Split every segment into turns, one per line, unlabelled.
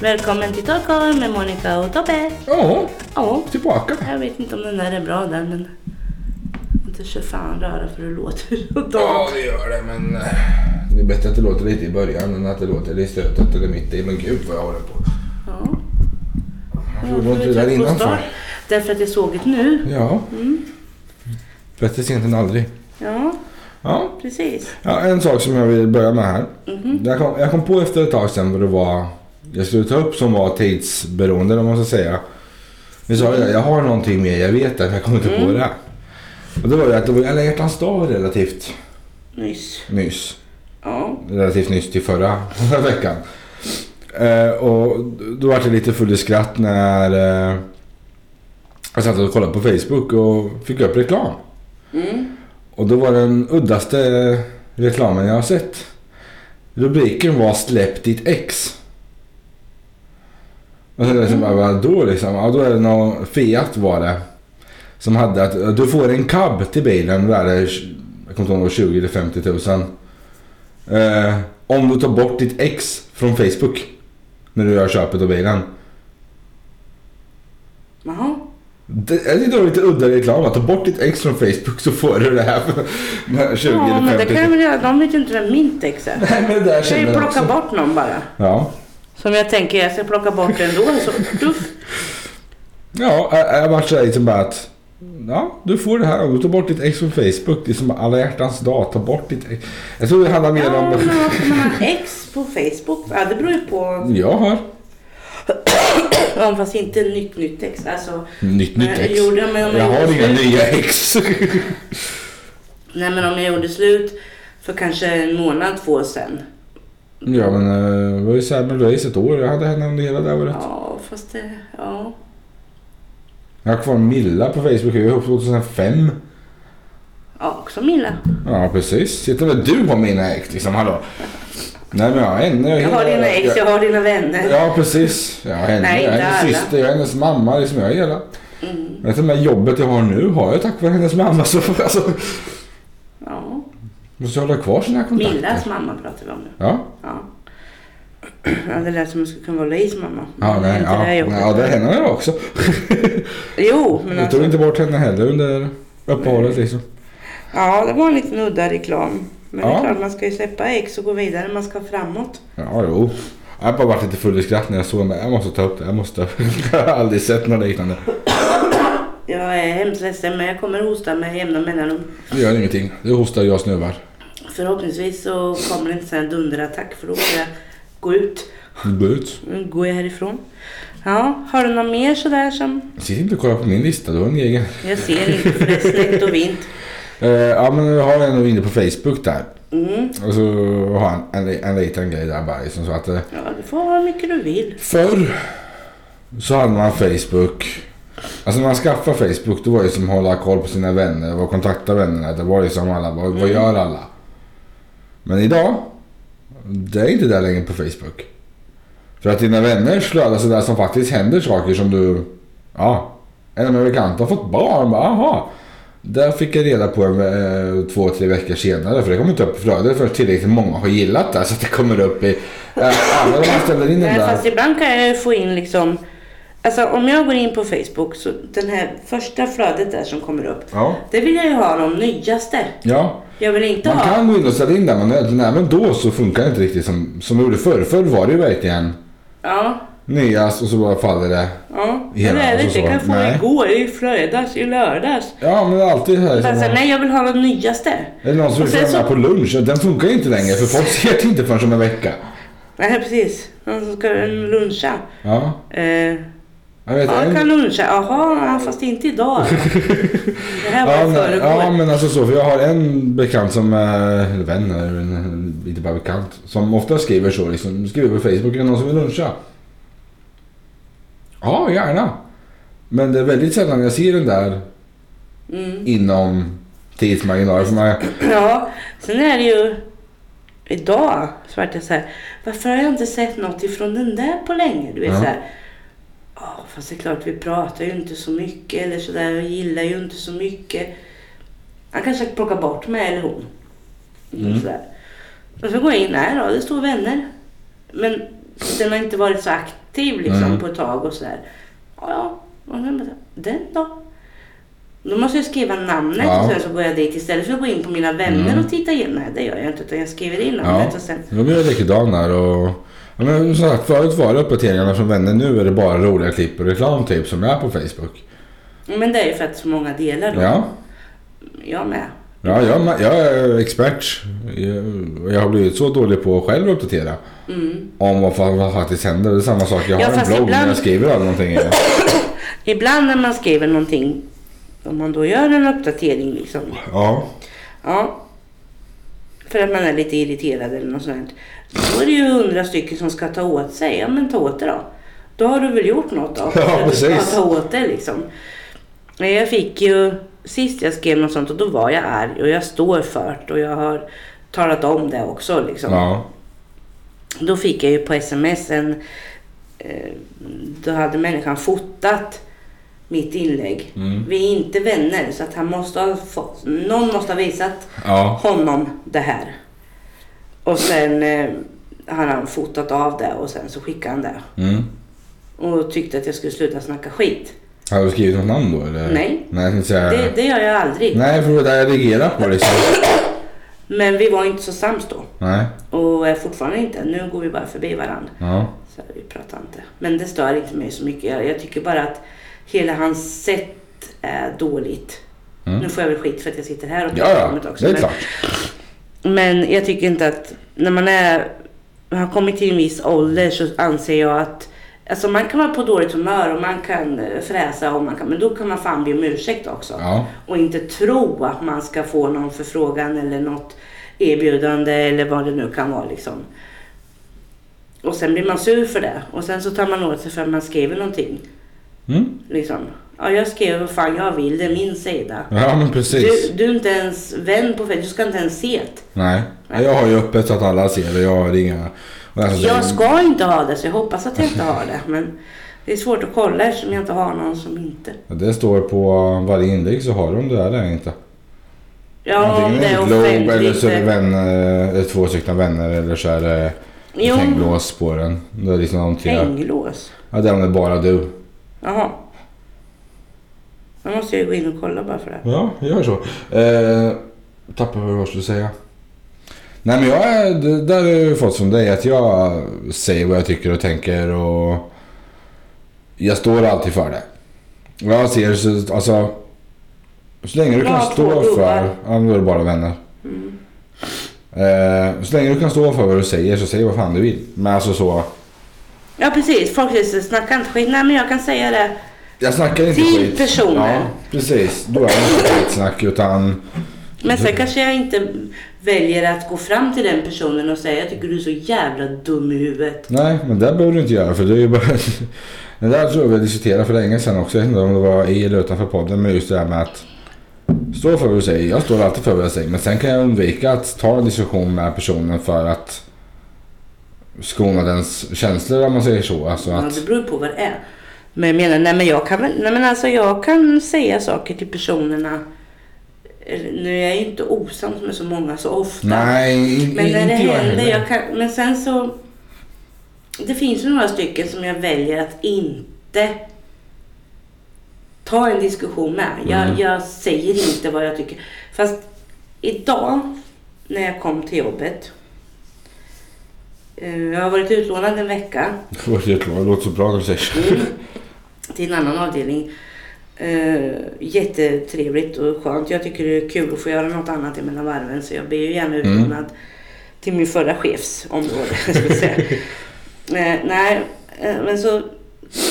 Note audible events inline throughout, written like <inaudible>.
Välkommen till Stockholm med Monica och Tobbe.
Ja,
Ja,
tillbaka.
jag vet inte om den där är bra där men... Inte så fan röra för det låter
Ja,
totalt.
det gör det, men eh, det är bättre att det låter lite i början än att det låter i slutet eller mitt i. Men gud vad jag håller på.
Ja.
Jag gjorde inte det
Jag
där
var trött på
innan
start,
för.
Därför att jag såg det nu.
Ja. Mm. Bättre sent än aldrig.
Ja,
Ja.
precis.
ja, en sak som jag vill börja med här. Jag, kom, jag kom på efter ett tag sedan vad det var jag skulle ta upp som var tidsberoende om man ska säga. Vi sa ju det, jag har någonting mer, jag vet det, men jag kommer inte på det. här. Och det var ju att det var ju alla hjärtans dag relativt
Nyss.
nyss.
Ja.
relativt nyss till förra, <laughs> förra veckan. Eh, och då var jag lite full i skratt när eh, jag satt och kollade på Facebook och fick upp reklam.
Mm.
Och då var den uddaste reklamen jag har sett. Rubriken var Släpp ditt ex. Och så liksom bara, vadå liksom? Ja, då är det någon Fiat var det. Som hade att du får en cab till bilen värde, jag kommer inte ihåg, 20 eller 50 tusen. Eh, om du tar bort ditt ex från Facebook. När du gör köpet av bilen.
Jaha.
Det, jag tyckte det var lite udda reklam. Att ta bort ditt ex från Facebook så får du det här för <laughs> 20 eller 50
Ja, men det kan jag
tusen.
väl göra. De vet ju inte vem mitt ex är.
Nej men det där
Jag kan ju
känner jag
plocka
också.
bort någon bara.
Ja.
Som jag tänker, jag ska plocka bort ändå. Så,
<laughs>
tuff.
Ja, jag- jag vart sådär liksom bara att... Ja, du får det här om du tar bort ditt ex från Facebook. Det är som alla hjärtans dag, ta bort ditt ex. Jag tror det handlar mer
Ja,
om...
men varför man har ex på Facebook? Ja, det beror ju på.
Jag har
Ja, fast inte nytt nytt ex. Alltså,
nytt,
Men
nytt ex.
gjorde jag med om
Jag
jag
har
gjorde
inga
slut?
nya ex.
nej men om jag gjorde slut för kanske en månad, två sen.
Ja, men eh, det var ju såhär med race ett år. Jag hade henne under hela det här året.
Ja, fast det, ja.
Jag har kvar Milla på Facebook. Vi är ihop 2005.
Ja, också Milla.
Ja, precis. Sitter väl du på mina ex liksom, hallå? Nej, men jag har henne.
Jag har dina ex, jag har dina vänner. <laughs>
Ja, precis. Jag har henne,
Nej,
jag har
inte
hennes
alla.
syster, jag har hennes mamma. Liksom, jag har hela.
Mm,
Men till och med jobbet jag har nu har jag tack vare hennes mamma. Så alltså,
ja.
måste jag hålla kvar sina kontakter.
Millas mamma pratar vi om nu.
Ja,
Ja. Ja, det lät som om jag skulle kunna vara Leis mamma.
ja, nej,
Inte
ja,
det jobbet.
ja, det är henne jag också.
Jo, men
Jag tog
alltså,
inte bort henne heller under uppehållet liksom.
Ja, det var en liten udda reklam. Men det
Ja.
är klart, man ska ju släppa ex och gå vidare. Man ska framåt.
Ja, jo. Jag har bara varit lite full i skratt när jag såg mig. Jag måste ta upp det. Jag måste. <laughs> Jag har aldrig sett något liknande.
Jag är hemskt ledsen, men jag kommer hosta med jämna mellanrum.
Det gör ingenting. Det hostar jag snuvar.
Förhoppningsvis så kommer det inte en dunderattack för då får jag gå ut.
Gå ut.
Nu går jag härifrån. Ja, har du något mer sådär som...
Sitt inte och kolla på min lista. Du har en egen.
Jag ser inte för det är släkt och vint.
Eh, ja, men jag har en inne på Facebook där.
Mm.
Och så har han en, en, en liten grej där bara liksom så att... Eh,
Ja, du får ha hur mycket du vill.
Förr så hade man Facebook. Alltså när man skaffade Facebook då var det som att hålla koll på sina vänner och kontakta vännerna. Det var liksom alla, vad,
Mm.
vad gör alla? Men idag, det är inte där längre på Facebook. För att dina vänner flödar sådär som faktiskt händer saker som du, ja, en av mina bekanta har fått barn. Bara, aha. Där fick jag reda på eh, två, tre veckor senare för det kommer inte upp i flödet förrän tillräckligt många har gillat det så att det kommer upp i... Eh, alla de man ställer in den
Nej,
där.
fast ibland kan jag ju få in liksom... Alltså om jag går in på Facebook så den här första flödet där som kommer upp.
Ja.
Det vill jag ju ha de nyaste.
Ja,
Jag vill inte
man
ha...
kan gå in och ställa in det manuellt, men även då så funkar det inte riktigt som, som det gjorde förr. Förr var det ju verkligen
Ja,
nyast och så bara faller det.
ja.
Hela,
det är det
alltså
inte. Jag kan
så.
få
Nej.
igår, i fredags, i lördags.
Ja, men det är alltid här.
Alltså,
Som,
nej, jag vill ha de nyaste.
eller någon som
och
vill
sen så-
följa med på lunch, och den funkar ju inte längre för folk ser det inte förrän om en vecka.
Nej, precis. Någon som ska
Mm.
luncha.
Ja,
Eh,
jag vet
ja,
en-
jag kan luncha. Jaha, ja, fast inte
<laughs>
idag. Det här
Ja
var
men,
föregår.
ja men alltså så, för jag har en bekant som, eh, eller vän, eller en- inte bara bekant, som ofta skriver så liksom, skriver på Facebook, är det någon som vill luncha? Ja, gärna. Men det är väldigt sällan jag ser den där
Mm.
inom tidsmarginaler. För man,
Ja, sen är det ju... Idag så vart jag så här, varför har jag inte sett något ifrån den där på länge? Du vet
Ja.
så här, ja fast det är klart vi pratar ju inte så mycket eller så där, jag gillar ju inte så mycket. Han kanske plockar bort mig eller hon. Mm. Så där. Och så går jag in, nej då, det står vänner. Men den har inte varit så aktiv aktiv liksom
Mm.
på ett tag och sådär. Ja, ja. Och sen bara, Den då? Då måste jag skriva namnet
Ja.
och sen så går jag dit istället för att gå in på mina vänner
Mm.
och titta in. Nej, det gör jag inte utan jag skriver in
Ja.
namnet och sen
De gör likadant där och... Ja, men som sagt, förut var det uppdateringarna från vänner. Nu är det bara roliga klipp och reklam typ som är på Facebook.
Men det är ju för att så många delar då.
Ja,
Jag med. <clears throat>
ja jag, ma- jag är expert. Jag, jag har blivit så dålig på att själv uppdatera.
Mm.
Om vad fan vad faktiskt händer. Det är samma sak. Jag har
Ja,
en
fast
blogg där
ibland-
jag skriver
<laughs>
om någonting. i.
Ibland när man skriver någonting, om man då gör en uppdatering liksom.
Ja.
Ja. För att man är lite irriterad eller något sånt. Då är det ju hundra stycken som ska ta åt sig. Ja men ta åt det då. Då har du väl gjort något då?
<laughs> Ja,
För att du ska
precis.
Ta åt det liksom. Men jag fick ju, sist jag skrev något sånt och då var jag arg och jag står för det och jag har talat om det också liksom.
Ja.
Då fick jag ju på sms en... Eh, då hade människan fotat mitt inlägg.
Mm.
Vi är inte vänner så att han måste ha fått... Någon måste ha visat
Ja.
honom det här. Och sen eh, har han fotat av det och sen så skickade han det.
Mm.
Och tyckte att jag skulle sluta snacka skit.
Har du skrivit något namn då eller?
Nej.
Nej, jag tänkte säga...
Det, det gör jag aldrig.
Nej, för det var där jag reagerade på liksom.
Men vi var inte så sams då.
Nej.
Och är fortfarande inte. Nu går vi bara förbi varandra.
Ja.
Så här, vi pratar inte. Men det stör inte mig så mycket. Jag, jag tycker bara att hela hans sätt är dåligt.
Mm.
Nu får jag väl skit för att jag sitter här och
Ja,
pratar om
ja.
det också.
Det är
men,
klart.
men jag tycker inte att när man är, har kommit till en viss ålder så anser jag att Alltså man kan vara på dåligt humör och man kan eh, fräsa och man kan, men då kan man fan be om ursäkt också.
Ja.
Och inte tro att man ska få någon förfrågan eller något erbjudande eller vad det nu kan vara liksom. Och sen blir man sur för det och sen så tar man åt sig för att man skriver någonting.
Mm.
Liksom. Ja, jag skriver vad fan jag vill, det är min sida.
Ja, men precis.
Du, du är inte ens vän på Facebook, du ska inte ens se det.
Nej. Jag har ju öppet så att alla ser det. Jag har inga... Och alltså,
Jag ska inte ha det så jag hoppas att jag inte har det. Men det är svårt att kolla eftersom jag inte har någon som inte.
Det står på varje inlägg så har de det där eller inte.
Ja, om
Antingen
det är
Globe eller
offentligt.
så är det
eh,
vänner, eller två stycken vänner eller så är det
Jo,
hänglås på den. Det är liksom de tre.
hänglås.
Ja, det är om det är bara du.
Jaha. Då måste jag ju gå in och kolla bara för det.
Ja, gör så. Eh, tappar vad jag skulle säga. Nej men jag är, det där har jag ju fått som dig att jag säger vad jag tycker och tänker och jag står alltid för det. Och jag ser så, alltså så länge du
Bra
kan stå
två
för,
gubbar.
ja men då är det bara vänner.
Mm.
Eh, så länge du kan stå för vad du säger så säg vad fan du vill. Men alltså så,
Ja precis, folk säger så, snacka inte skit. Nej men jag kan säga det.
jag snackar inte
Till
skit.
personer.
Ja, precis. Då är det inte skitsnack utan,
Men
Mm.
sen kanske jag inte väljer att gå fram till den personen och säga jag tycker du är så jävla dum i huvudet.
Nej, men det behöver du inte göra för det är ju bara... <laughs> det där tror jag vi diskuterade för länge sedan också. Jag vet inte om det var i eller utanför podden. Men just det där med att stå för vad du säger. Jag står alltid för vad jag säger. Men sen kan jag undvika att ta en diskussion med personen för att skona dens känslor om man säger så. Alltså
Ja,
att...
det beror ju på vad det är. Men jag menar, nej men jag kan väl, nej men alltså jag kan säga saker till personerna. Eller, Nu är jag ju inte osams med så många så ofta.
Nej, in-
Men när det
inte jag
händer,
heller.
jag kan, men sen så... Det finns ju några stycken som jag väljer att inte ta en diskussion med. Jag,
Mm.
jag säger inte vad jag tycker. Fast idag när jag kom till jobbet. eh, Jag har varit utlånad en vecka
<laughs> Det var helt bra. Det låter så bra när du säger så.
Mm. till en annan avdelning. Eh, jättetrevligt och skönt. Jag tycker det är kul att få göra något annat mellan varven så jag blir ju gärna
Mm.
utlånad till min förra chefs område. <laughs> ska jag säga. Eh, nej, eh, men så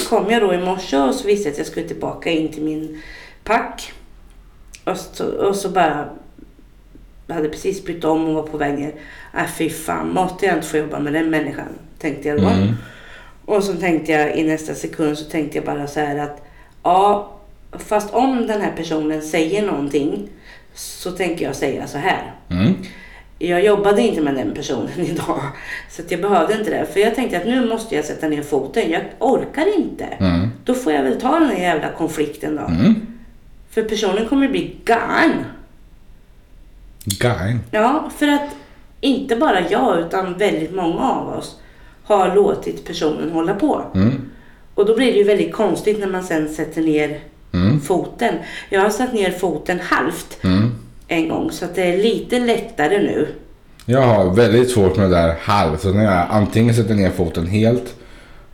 kom jag då i morse och så visste jag att jag skulle tillbaka in till min pack. Och så, och så bara jag hade precis bytt om och var på väg ner. Äh, fy fan, måtte jag inte få jobba med den människan, tänkte jag då.
Mm.
Och så tänkte jag i nästa sekund så tänkte jag bara så här att ja, fast om den här personen säger någonting så tänker jag säga så här.
Mm.
Jag jobbade inte med den personen <laughs> idag så att jag behövde inte det. För jag tänkte att nu måste jag sätta ner foten. Jag orkar inte.
Mm.
Då får jag väl ta den här jävla konflikten då.
Mm.
För personen kommer bli galen.
Guy.
Ja, för att inte bara jag utan väldigt många av oss har låtit personen hålla på.
Mm.
Och då blir det ju väldigt konstigt när man sen sätter ner
Mm.
foten. Jag har satt ner foten halvt
Mm.
en gång så att det är lite lättare nu.
Jag har väldigt svårt med det där halvt. Så när jag antingen sätter ner foten helt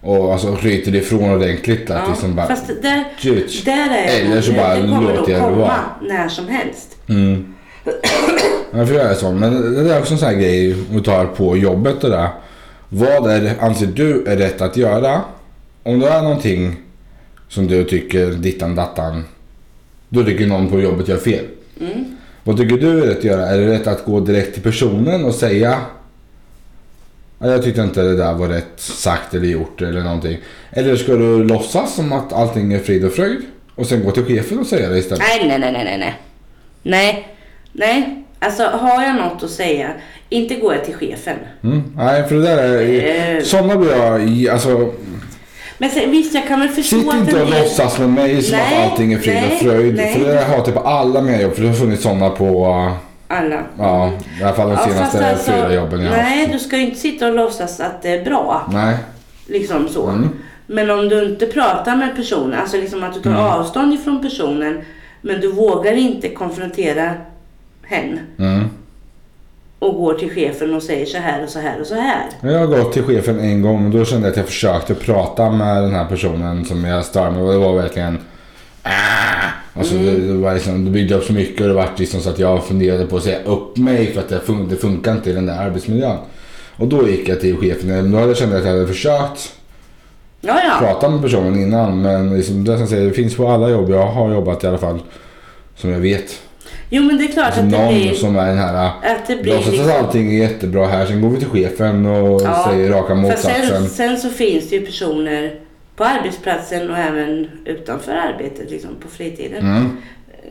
och alltså ryter ifrån ordentligt. Att
Ja,
liksom bara,
Fast där,
Tjut.
där är
Eller så
det-
bara
det kommer
låter
nog
jag det
komma
vara.
när som helst.
Mm. Jag får göra det så. Men det där är också en sån här grej vi tar på jobbet och det där. Vad är, anser du är rätt att göra? Om det är någonting som du tycker dittan dattan. Då tycker någon på jobbet gör fel.
Mm.
Vad tycker du är rätt att göra? Är det rätt att gå direkt till personen och säga "Ja, jag tyckte inte det där var rätt sagt eller gjort eller någonting. Eller ska du låtsas som att allting är frid och fröjd och sen gå till chefen och säga det istället?
Nej, nej, nej, nej, nej, nej. Nej, nej. Alltså har jag något att säga, inte går jag till chefen.
Mm. Nej, för det där är...
Eh.
Sådana blir jag... i- Alltså,
Men sen, visst, jag kan väl förstå
sitt
att
inte
en
och
del-
låtsas med mig som
Nej,
att allting är frid
nej,
och fröjd.
nej.
För det där hatar jag på alla mina jobb. För det har funnits sådana på...
Alla.
Ja, i alla fall de
Ja,
senaste
fast alltså,
fyra jobben jag har haft.
Nej, du ska ju inte sitta och låtsas att det är bra.
Nej.
Liksom så.
Mm.
Men om du inte pratar med personen, alltså liksom att du tar
Mm.
avstånd ifrån personen men du vågar inte konfrontera hen
Mm.
och går till chefen och säger så här och så här och så här.
Jag har gått till chefen en gång och då kände jag att jag försökte prata med den här personen som jag stör mig och Det var verkligen... "Ah!" Alltså
Mm.
det, det, var liksom, det byggde upp så mycket och det var liksom så att jag funderade på att säga upp mig för att det, fun- det funkar inte i den där arbetsmiljön. Och då gick jag till chefen. Men Då hade jag känt att jag hade försökt
Ja, ja.
prata med personen innan men liksom, det, som jag säger, det finns på alla jobb jag har jobbat i alla fall. Som jag vet.
Jo, men det är klart
Alltså
att det
någon
blir...
som är den här...
Att det blir liksom-
Låtsas att allting är jättebra här, sen går vi till chefen och
Ja.
säger raka
Fast sen,
motsatsen.
sen så finns det ju personer på arbetsplatsen och även utanför arbetet, liksom på fritiden.
Mm.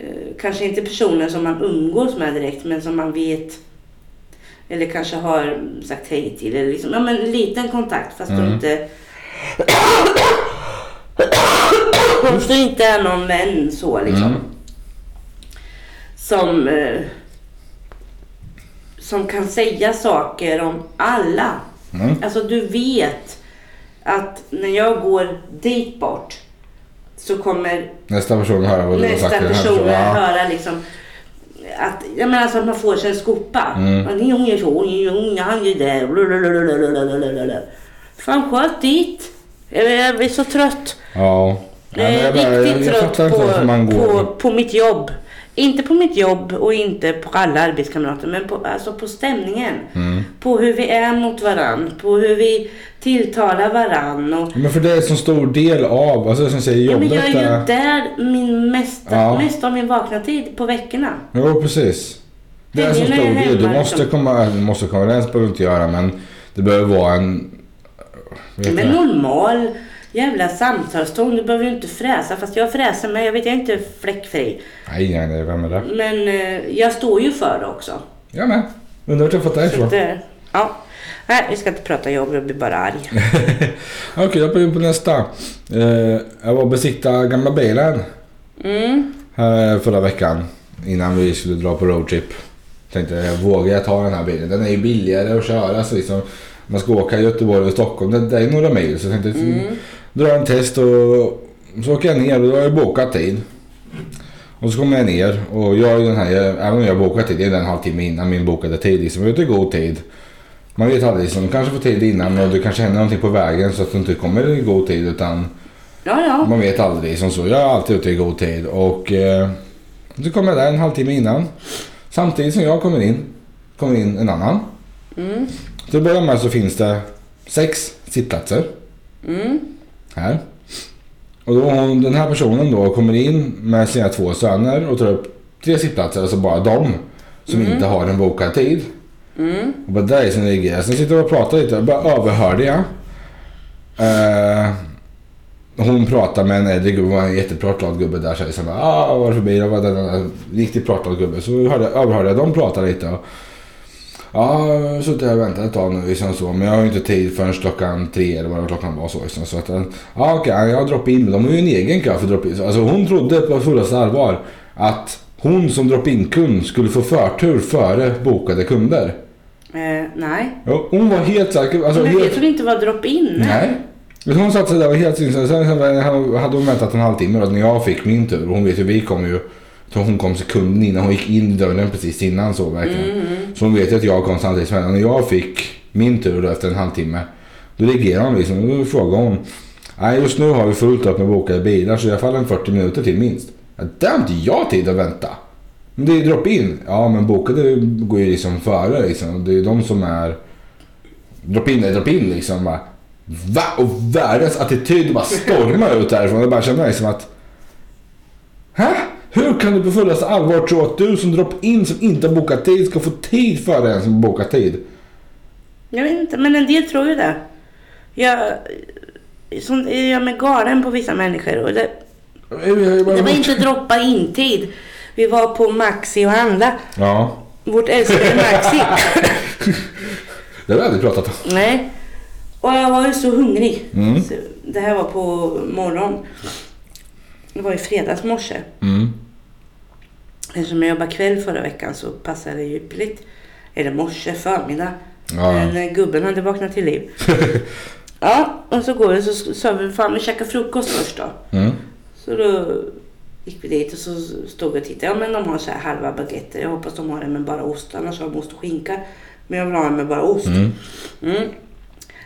Eh, Kanske inte personer som man umgås med direkt, men som man vet eller kanske har sagt hej till. Eller liksom, ja, men en liten kontakt fast du inte... fast du inte är någon vän så liksom.
Mm.
Som... Eh, som kan säga saker om alla.
Mm.
Alltså du vet att när jag går dit bort så kommer
Nästa person höra vad du har
nästa
sagt till den här
person
personen.
att
Ja.
höra liksom att, jag menar alltså att man får sig en skopa.
Mm.
Man, Hon gör så, hon gör- hon gör- han gör det. blablabla. Fan sköt dit. Jag blir- Jag blir så trött.
ja.
Jag
men
är
jag, bara-
riktigt
jag
trött
fattar inte varför man
på, på,
går.
på mitt jobb. Inte på mitt jobb och inte på alla arbetskamrater men på, alltså på stämningen.
Mm.
På hur vi är mot varann. På hur vi tilltalar varann. Och,
Men för det är en så stor del av, alltså som säger
ja, men
jobbet.
jag är ju
är-
där min mesta,
Ja.
mest av min vakna tid på veckorna.
Jo precis. Det är en så
Helgerna är
stor del. Du
hemma,
måste
liksom.
komma, äh, du måste komma överens, behöver du inte göra men det behöver vara en... Vet
Men
jag.
normal jävla samtalston. Du behöver ju inte fräsa. Fast jag fräser men jag vet jag är inte fläckfri.
Nej, nej, nej, vem är det?
Men eh, jag står ju för det också.
Jag med. Undrar vart jag fått det
Så
ifrån.
att, eh, ja. Nej, vi ska inte prata jobb. Jag blir bara arg.
<laughs> Okej, jag hoppar in på nästa. Eh, jag var och besiktade gamla bilen
Mm.
här eh, förra veckan innan vi skulle dra på roadtrip. Tänkte, vågar jag ta den här bilen? Den är ju billigare att köra. Så liksom, man ska åka Göteborg och Stockholm, det, det är några mil. Så jag tänkte dra en test och så åker jag ner och då har jag bokat tid. Och så kommer jag ner och jag är ju den här, jag, även om jag har bokat tid, det är en halvtimme innan min bokade tid. Liksom, jag är ute i god tid. Man vet aldrig, liksom, du kanske får tid innan och det kanske händer någonting på vägen så att du inte kommer i god tid utan
Ja, ja.
man vet aldrig som så. Jag är alltid ute i god tid och eh, så kommer jag där en halvtimme innan. Samtidigt som jag kommer in, kommer in en annan.
Mm.
Till att börja med så finns det sex sittplatser
Mm.
här. Och då hon, den här personen då kommer in med sina två söner och tar upp tre sittplatser, alltså bara de som inte har en bokad tid.
Mm.
Och bara där är som ligger. Sen sitter vi och pratar lite och bara överhörde jag. Eh, hon pratar med en äldre gubbe, det var en jättepratglad gubbe där. Så jag bara, ah, vad var det för bil? Vad var det? En Riktigt pratglad gubbe. Så hörde, jag- överhörde jag dem prata lite. Och, ja, jag har suttit här och väntat ett tag nu liksom så. Men jag har ju inte tid förrän klockan tre eller vad klockan var så. Liksom, så att, eh, ja okej, jag droppar in. Men de har ju en egen kö för drop-in. Så, Alltså hon trodde på fullaste allvar att hon som drop-in-kund skulle få förtur före bokade kunder.
Eh, nej.
Ja, hon var helt säker. Alltså,
Men
helt...
vet hon inte vad drop-in är?
Nej. Men Hon satt sig där och var helt sinnessjuk. Sen sen hade hon väntat en halvtimme då, när jag fick min tur. Och Hon vet hur vi kom ju. Så hon kom sekunden innan. Hon gick in i dörren precis innan så verkligen. Så hon vet ju att jag kom samtidigt som henne. Och När jag fick min tur då efter en halvtimme. Då reagerade hon liksom. Då frågade hon. Nej just nu har vi fullt upp med bokade bilar så i alla fall en 40 minuter till minst. Ja, Där har inte jag tid att vänta. Men det är ju drop-in. Ja men bokade går ju liksom före liksom. Det är ju de som är... Drop-in är drop-in liksom. Bara. Va? Och världens attityd bara stormar ut därifrån. Jag bara känner liksom att... Hä? Hur kan du på fullaste allvar tro att du som drop-in som inte har bokat tid ska få tid före en som har bokat tid?
Jag vet inte, men en del tror ju det. Jag, som, jag är med galen på vissa människor. Och det, det var inte droppa in-tid. Vi var på Maxi och handla.
Ja.
Vårt älskade Maxi.
<laughs> Det har vi aldrig pratat om.
Nej. Och jag var ju så hungrig.
Mm.
Så, det här var på morgonen. Det var i fredags morse.
Mm.
Eftersom jag jobbade kväll förra veckan så passade det ypperligt. Eller morse, förmiddag.
Ja.
Men eh, gubben hade vaknat till
<laughs>
liv. ja, och så går vi så sa vi fan vi käkar frukost först då.
Mm.
Så då gick vi dit och så stod vi och tittade. Ja men de har så här halva baguetter. Jag hoppas de har det med bara ost. Annars har de ost och skinka. Men jag vill ha det med bara ost.
Mm.
Mm.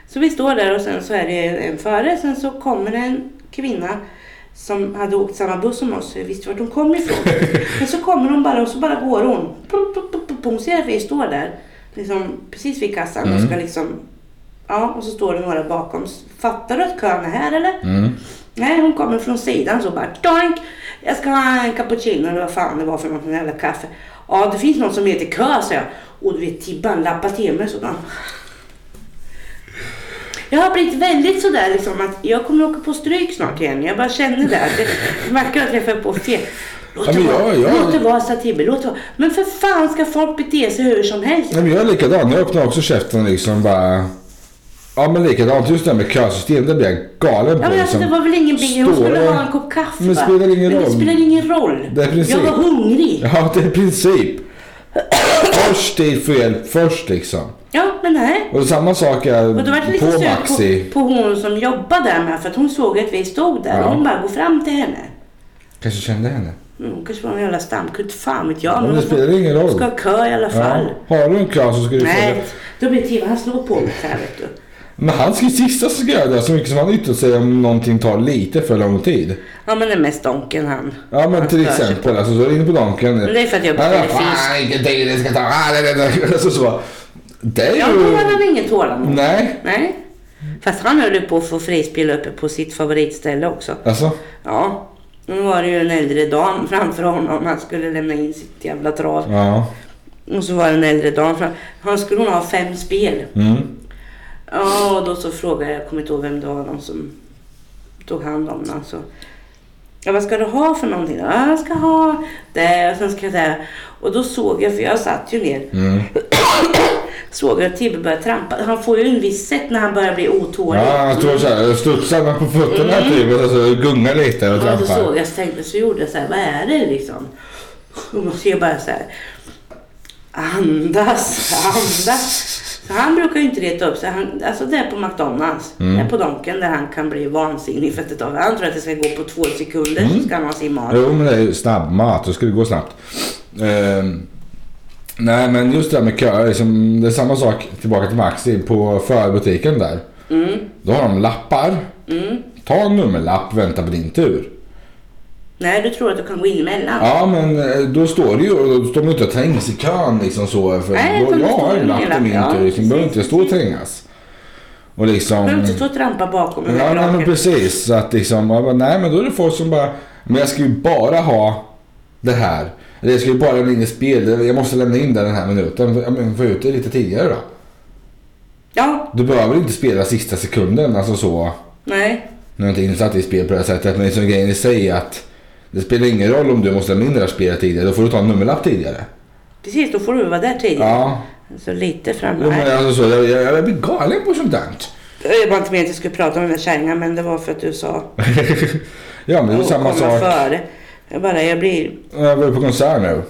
Så vi står där och sen så är det en före. Sen så kommer det en kvinna som hade åkt samma buss som oss. Jag visste vart hon kom ifrån. Men så kommer hon bara och så bara går hon. Pum, pum, pum, pum, pum. Hon ser att vi står där. Liksom, precis vid kassan och ska liksom... Ja, och så står det några bakom. Fattar du att kön är här eller?
Mm.
Nej, hon kommer från sidan så bara doink. Jag ska ha en cappuccino eller vad fan det var för något med jävla kaffe. Ja, det finns något som heter kö, sa jag. Och du vet Tibban lappar till mig sådan. Jag har blivit väldigt sådär liksom att jag kommer åka på stryk snart igen. Jag bara känner det. att
<laughs>
Det märker jag träffar på fel. Låt
Ja,
det
men
vara,
jag- jag-
låt det vara, sa Tibbe. Låt det vara. Men för fan ska folk bete sig hur som helst?
Nej, men jag är likadan. Jag öppnar också käften liksom bara... Ja men likadant. Just det här med kösystem. Det blir jag galen på.
Ja, men alltså, det
liksom.
var väl ingen big Hon
Står
skulle
det-
ha en kopp kaffe.
Men det
va?
spelar
Men
ingen
det
roll.
spelar ingen roll.
Det är precis.
jag var hungrig.
Ja, det är i princip. Först till för hjälp först liksom.
Ja, men nej.
Och samma sak är
Och då var jag lite
på
sur
Maxi.
på, på hon som jobbade där med för att hon såg att vi stod där
Ja.
och hon bara går fram till henne.
Kanske kände henne.
Mm, Hon kanske var en jävla stamkutt, fan vet jag.
men det
hon
spelar ingen roll.
Ska ha kö i alla fall.
Ja. Har du en kö så ska du
Nej,
fråga.
då blir Tiva, han slår på mig så här vet du.
Men han ska sista ska göra det så mycket som han yttrar sig om någonting tar lite för lång tid.
Ja men det är mest donken han.
Ja men
han
till
stör sig på.
exempel, alltså så är du inne på Donken.
Men det är för att jag
Ja,
beställer fisk.
fan, vilken tid det ska ta. Ah, det, det, det. <laughs> Alltså så. Det är
Ja, men
ju...
han hade ingen tålamod.
Nej.
Nej. Fast han höll ju på att få frispel uppe på sitt favoritställe också.
Alltså.
Ja. Nu var det ju en äldre dam framför honom. Han skulle lämna in sitt jävla trav.
Ja.
Och så var det en äldre dam fram. Han skulle hon ha fem spel.
Mm.
Ja, och då så frågade jag, jag kommer inte ihåg vem det var de som tog hand om den. Så. Ja, vad ska du ha för någonting? då? Ja, jag ska ha det och sen ska jag det. Och då såg jag, för jag satt ju ner,
Mm.
<clears throat> såg jag att Tibbe började trampa. Han får ju en viss sätt när han börjar bli otålig.
Ja, han står såhär studsar med på fötterna typ. Alltså gungar lite och
Mm. Ja, då
trampar.
såg jag så tänkte så gjorde jag så här, vad är det liksom? Och man ser bara så här, andas, andas. Så han brukar ju inte reta upp sig. Han, alltså det är på McDonalds,
Mm.
det är på Donken där han kan bli vansinnig för att det tar, han tror att det ska gå på två sekunder
Mm.
så ska han ha sin mat.
Jo, men det är ju snabbmat. Då ska det gå snabbt. Ehm, nej, men just det här med köer. Liksom, det är samma sak tillbaka till Maxi på förbutiken där. Då har de lappar. Ta en nummerlapp, vänta på din tur.
Nej, du tror att du kan gå in emellan.
Ja, men eh, då står det ju och då står man ju inte och trängs i kön liksom så. För
Nej,
då,
utan
jag
det står
har ju
en
lapp till
lapp,
min
ja.
tur. Liksom, behöver inte stå och trängas. Och liksom...
Du behöver inte stå och trampa bakom en
Ja, nej, men
rakel.
precis. Så att liksom, jag bara, nej men då är det folk som bara, men jag ska ju bara ha det här. Eller jag ska ju bara lämna in ett spel, Eller jag måste lämna in det den här minuten. Ja, men få ut det lite tidigare då.
Ja,
Du behöver inte spela sista sekunden, alltså så.
nej.
Nu är jag inte insatt i spel på det här sättet, men liksom grejen i sig är att det spelar ingen roll om du måste lämna in det här spelet tidigare, då får du ta en nummerlapp tidigare.
Precis, då får du vara där tidigt.
Ja,
Så lite framme.
jo, men
Nej.
alltså så, jag, jag, jag blir galen på sånt där. <laughs>
Det var inte meningen att jag skulle prata om den där kärringen, men det var för att du sa
Ja, men det är
och
samma
komma
sak.
före. Jag bara, jag blir...
Jag var på konsert nu.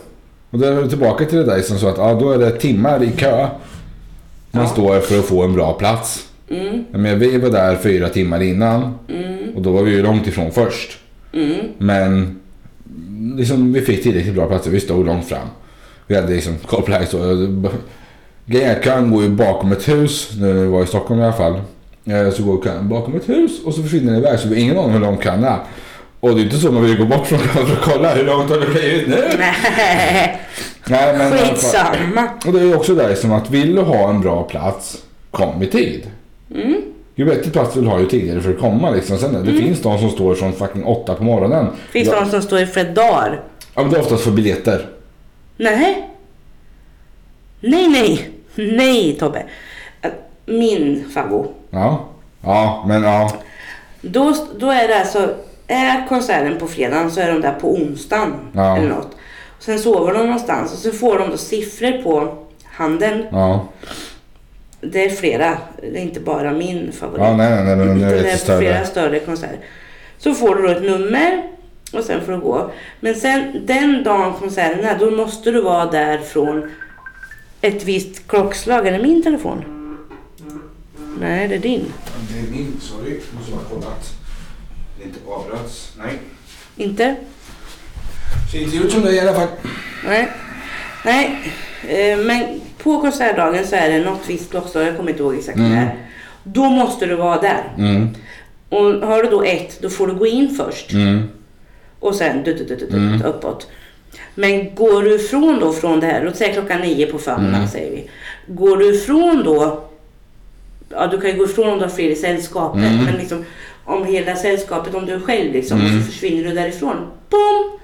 Och då är vi tillbaka liksom till det där som så att ja, då är det timmar i kö. Man
Ja.
står för att få en bra plats.
Mm,
Jag menar, vi var där fyra timmar innan
mm,
och då var vi ju långt ifrån först.
mm. <laughs>
Men liksom, vi fick tillräckligt bra platser. Vi stod långt fram. Vi hade liksom koll på läget. så- Grejen är att kön går ju bakom ett hus, nu när vi var i Stockholm i alla fall. Eh, Så går kön bakom ett hus och så försvinner den iväg så vi har ingen aning om hur lång kön är. Och det är inte så man vill gå bort från kön för att kolla hur långt har det blivit nu.
Nej,
Nej, men i alla fall-
skitsamma.
Och det är ju också där som att vill du ha en bra plats, kom i tid.
Mm,
Ju bättre plats vill du ha ju tidigare för att komma liksom. Sen, Det finns de som står från fucking åtta på morgonen.
finns det
ja,
någon som står i flera dagar?
ja, men det är oftast för biljetter.
Nej. Nej, nej. Nej, Tobbe. Att- Min favvo.
Ja. Ja, men ja.
Då, då är det alltså, är konserten på fredagen så är de där på onsdagen
Ja.
eller något. Sen sover de någonstans och så får de då siffror på handen.
Ja,
Det är flera, det är inte bara min favorit.
ja nej, nej, nej, men nu
Utan
är
det
det
är
ett
flera
större.
större konserter. Så får du då ett nummer och sen får du gå. Men sen den dagen konserten är, då måste du vara där från ett visst klockslag. Är det min telefon? Nej, det är din.
Det är min, sorry. Måste man kollat. Det är inte avbröts. Nej.
Inte?
Ser inte ut som det i alla fall.
Nej. Nej. Eh, Men på konsertdagen så är det något visst klockslag. Jag kommer inte ihåg exakt
Mm.
när. Då måste du vara där.
Mm,
Och har du då ett, då får du gå in först.
mm,
och sen du, du, du, du, du,
Mm.
uppåt. Men går du ifrån då från det här, låt säga klockan nio på förmiddagen
Mm.
säger vi. Går du ifrån då, ja du kan ju gå ifrån om du har fler i sällskapet,
Mm.
men liksom om hela sällskapet, om du är själv liksom,
Mm.
och så försvinner du därifrån. Bom!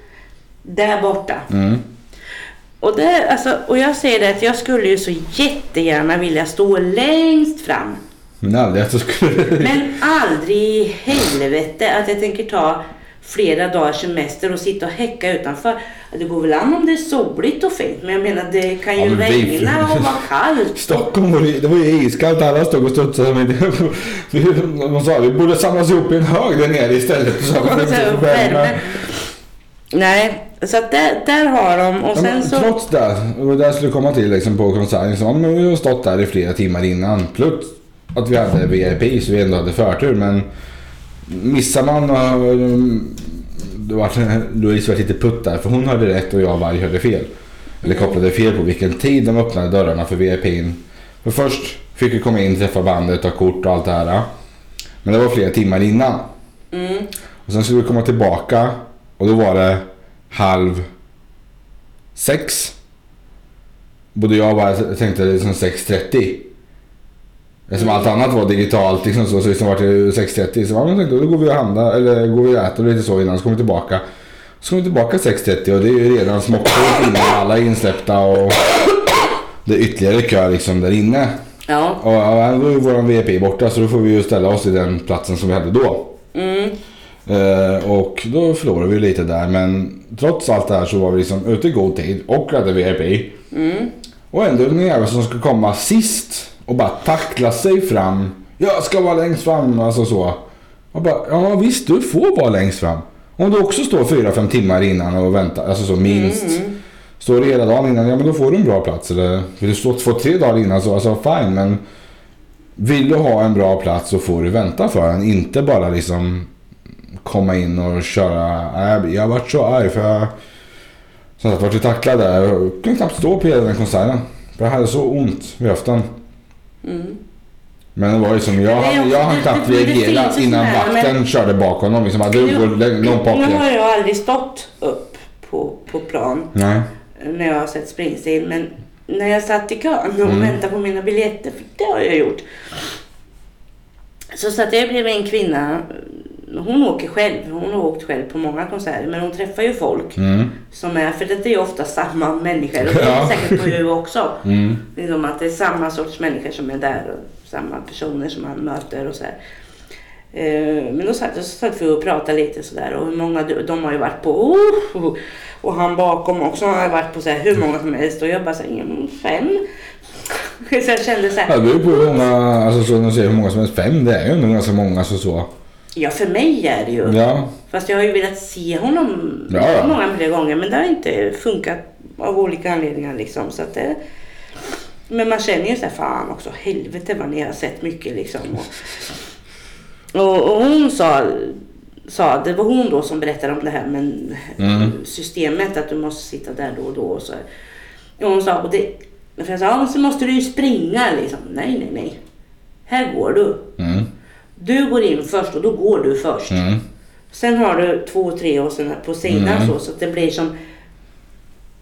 Där borta.
mm.
Och, det, alltså, och jag säger det att jag skulle ju så jättegärna vilja stå längst fram.
Men aldrig att du skulle...
Men aldrig i helvete att jag tänker ta flera dagars semester och sitta och häcka utanför. Ja, Det går väl an om det är soligt och fint, men jag menar det kan ju
Ja, men vi-
regna och vara
<laughs>
kallt.
Stockholm var det, det var ju iskallt. Alla stod och studsade. Men det, <laughs> vi, de sa vi borde samlas ihop i en hög där nere istället. Så,
Och så här, värme. Nej, så att där, där har de och
Ja, men
sen så...
Trots det, och det där skulle jag komma till liksom, på konserten, så hade vi har stått där i flera timmar innan. Plus att vi hade VIP så vi ändå hade förtur. Men missar man och, um, det var, Louise var lite putt där för hon hörde rätt och jag varg hörde fel. Eller kopplade fel på vilken tid de öppnade dörrarna för VIPn. För först fick vi komma in, träffa bandet, ta kort och allt det här. Men det var flera timmar innan.
Mm,
Och sen skulle vi komma tillbaka och då var det halv sex. Både jag och bara tänkte liksom 6.30. Eftersom allt annat var digitalt liksom så, så liksom var det 6.30. Så ja, men tänkte, då går vi och handlar, eller går vi och äter lite så innan så kommer vi tillbaka. Så kommer vi tillbaka 6.30 och det är ju redan smockfullt innan alla är insläppta och det är ytterligare kö liksom där inne.
ja.
Och ja, då är ju våran VIP borta så då får vi ju ställa oss i den platsen som vi hade då.
Mm,
Eh, och då förlorade vi lite där men trots allt det här så var vi liksom ute i god tid och hade VIP.
mm,
Och ändå den jävel som ska komma sist och bara tackla sig fram. Jag ska vara längst fram, alltså så. Och bara, ja visst du får vara längst fram. Om du också står fyra fem timmar innan och väntar, alltså så minst.
Mm,
Står du hela dagen innan, ja men då får du en bra plats. Eller vill du stå två, tre dagar innan så alltså fine men. Vill du ha en bra plats så får du vänta för den. Inte bara liksom komma in och köra. "Nej, Jag har varit så arg för jag som sagt vart vi tacklade där och kunde knappt stå på hela den konserten. För jag hade så ont vid höften.
mm.
Men det var ju som jag,
Det är
hann- jag
också-
hann
det-
knappt
det- det
reagera
finns ju sådana
innan
här,
vakten körde bakom honom. Liksom bara du
Nu-
går läng- långt bak
Nu
igen.
har jag aldrig stått upp på, på plan
Nej.
när jag har sett Springsteen. Men när jag satt i kön och
Mm.
väntade på mina biljetter, för det har jag gjort. Så satt jag bredvid en kvinna. Hon åker själv. Hon har åkt själv på många konserter. Men hon träffar ju folk
Mm.
som är, för det är ju ofta samma människor. Och det är
Ja.
säkert
<laughs>
på UV också.
Mm.
Liksom att det är samma sorts människor som är där och samma personer som man möter och så här. Eh, Men då satt, så satt vi och pratade lite sådär och hur många du- de har ju varit på. Oh, och han bakom också har varit på så här, hur många som helst och jag bara så här, "Mm, fem. <laughs> Så jag kände så
Ja,
här,
det beror på hur många, alltså så när du säger hur många som helst. Fem, det är ju ändå ganska många så så.
ja för mig är det ju.
Ja.
Fast jag har ju velat se honom
Ja, ja.
många fler gånger men det har inte funkat av olika anledningar liksom. Så att det, Men man känner ju så här, fan också, helvete vad ni har sett mycket liksom. Och,
<laughs>
och, och hon sa, sa, det var hon då som berättade om det här men
Mm.
systemet att du måste sitta där då och då. Och så här. Och hon sa, och det, för jag sa, ja, men så måste du ju springa liksom. Nej, nej, nej. Här går du.
Mm.
Du går in först och då går du först.
Mm.
Sen har du två, tre och sen på sidan
Mm.
så, så att det blir som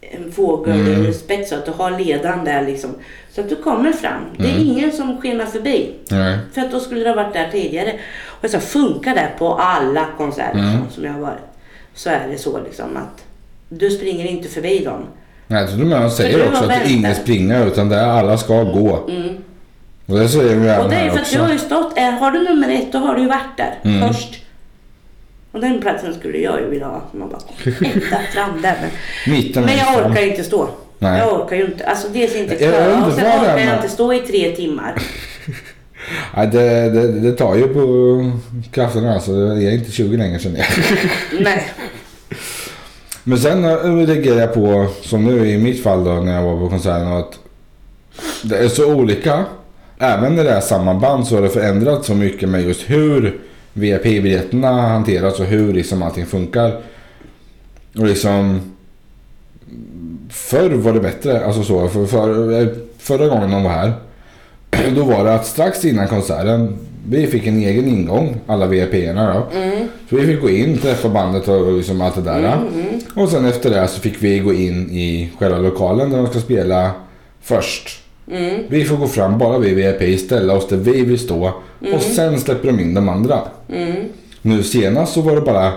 en fågel
Mm.
mm. spets så att du har ledan där liksom. Så att du kommer fram. Det är
Mm.
ingen som skenar förbi.
Nej.
För att då skulle du ha varit där tidigare. Och så funkar det på alla konserter liksom,
Mm.
som jag har varit. Så är det så liksom att du springer inte förbi dem.
Nej, så du menar han
För
säger
du
också
har
att det är ingen
väntat. Mm.
springer utan det är alla ska gå. Och det säger vi
Och
även
det är
här
för att jag
också.
har ju stått, eh, har du nummer ett då har du ju varit där
Mm.
först. Och den platsen skulle jag ju vilja ha. Man bara, ända fram där. Men
Mitten
Men jag
fram.
orkar ju inte stå.
Nej.
Jag orkar ju inte. Alltså dels inte
Jag undrar
klara och sen
vad det är
orkar jag
med-
inte stå i tre
<laughs>
timmar.
Nej, det, det, det tar ju på krafterna alltså. Det är inte 20 längre sedan jag.
Nej.
Men sen eh, reagerar jag på, som nu i mitt fall då när jag var på konserten, att det är så olika. Även när det är samma band så har det förändrats så mycket med just hur VIP-biljetterna hanteras och hur liksom allting funkar. Och liksom... Förr var det bättre. Alltså så, för, för, eh, förra gången de var här. <clears throat> Då var det att strax innan konserten, vi fick en egen ingång, alla VIP-erna då.
Mm.
Så vi fick gå in, träffa bandet och liksom allt det där.
Mm.
Och sen efter det så fick vi gå in i själva lokalen där de ska spela först.
Mm.
Vi får gå fram, bara vi VIP, ställa oss där vi vill stå och sen släpper de in de andra.
Mm.
Nu senast så var det bara,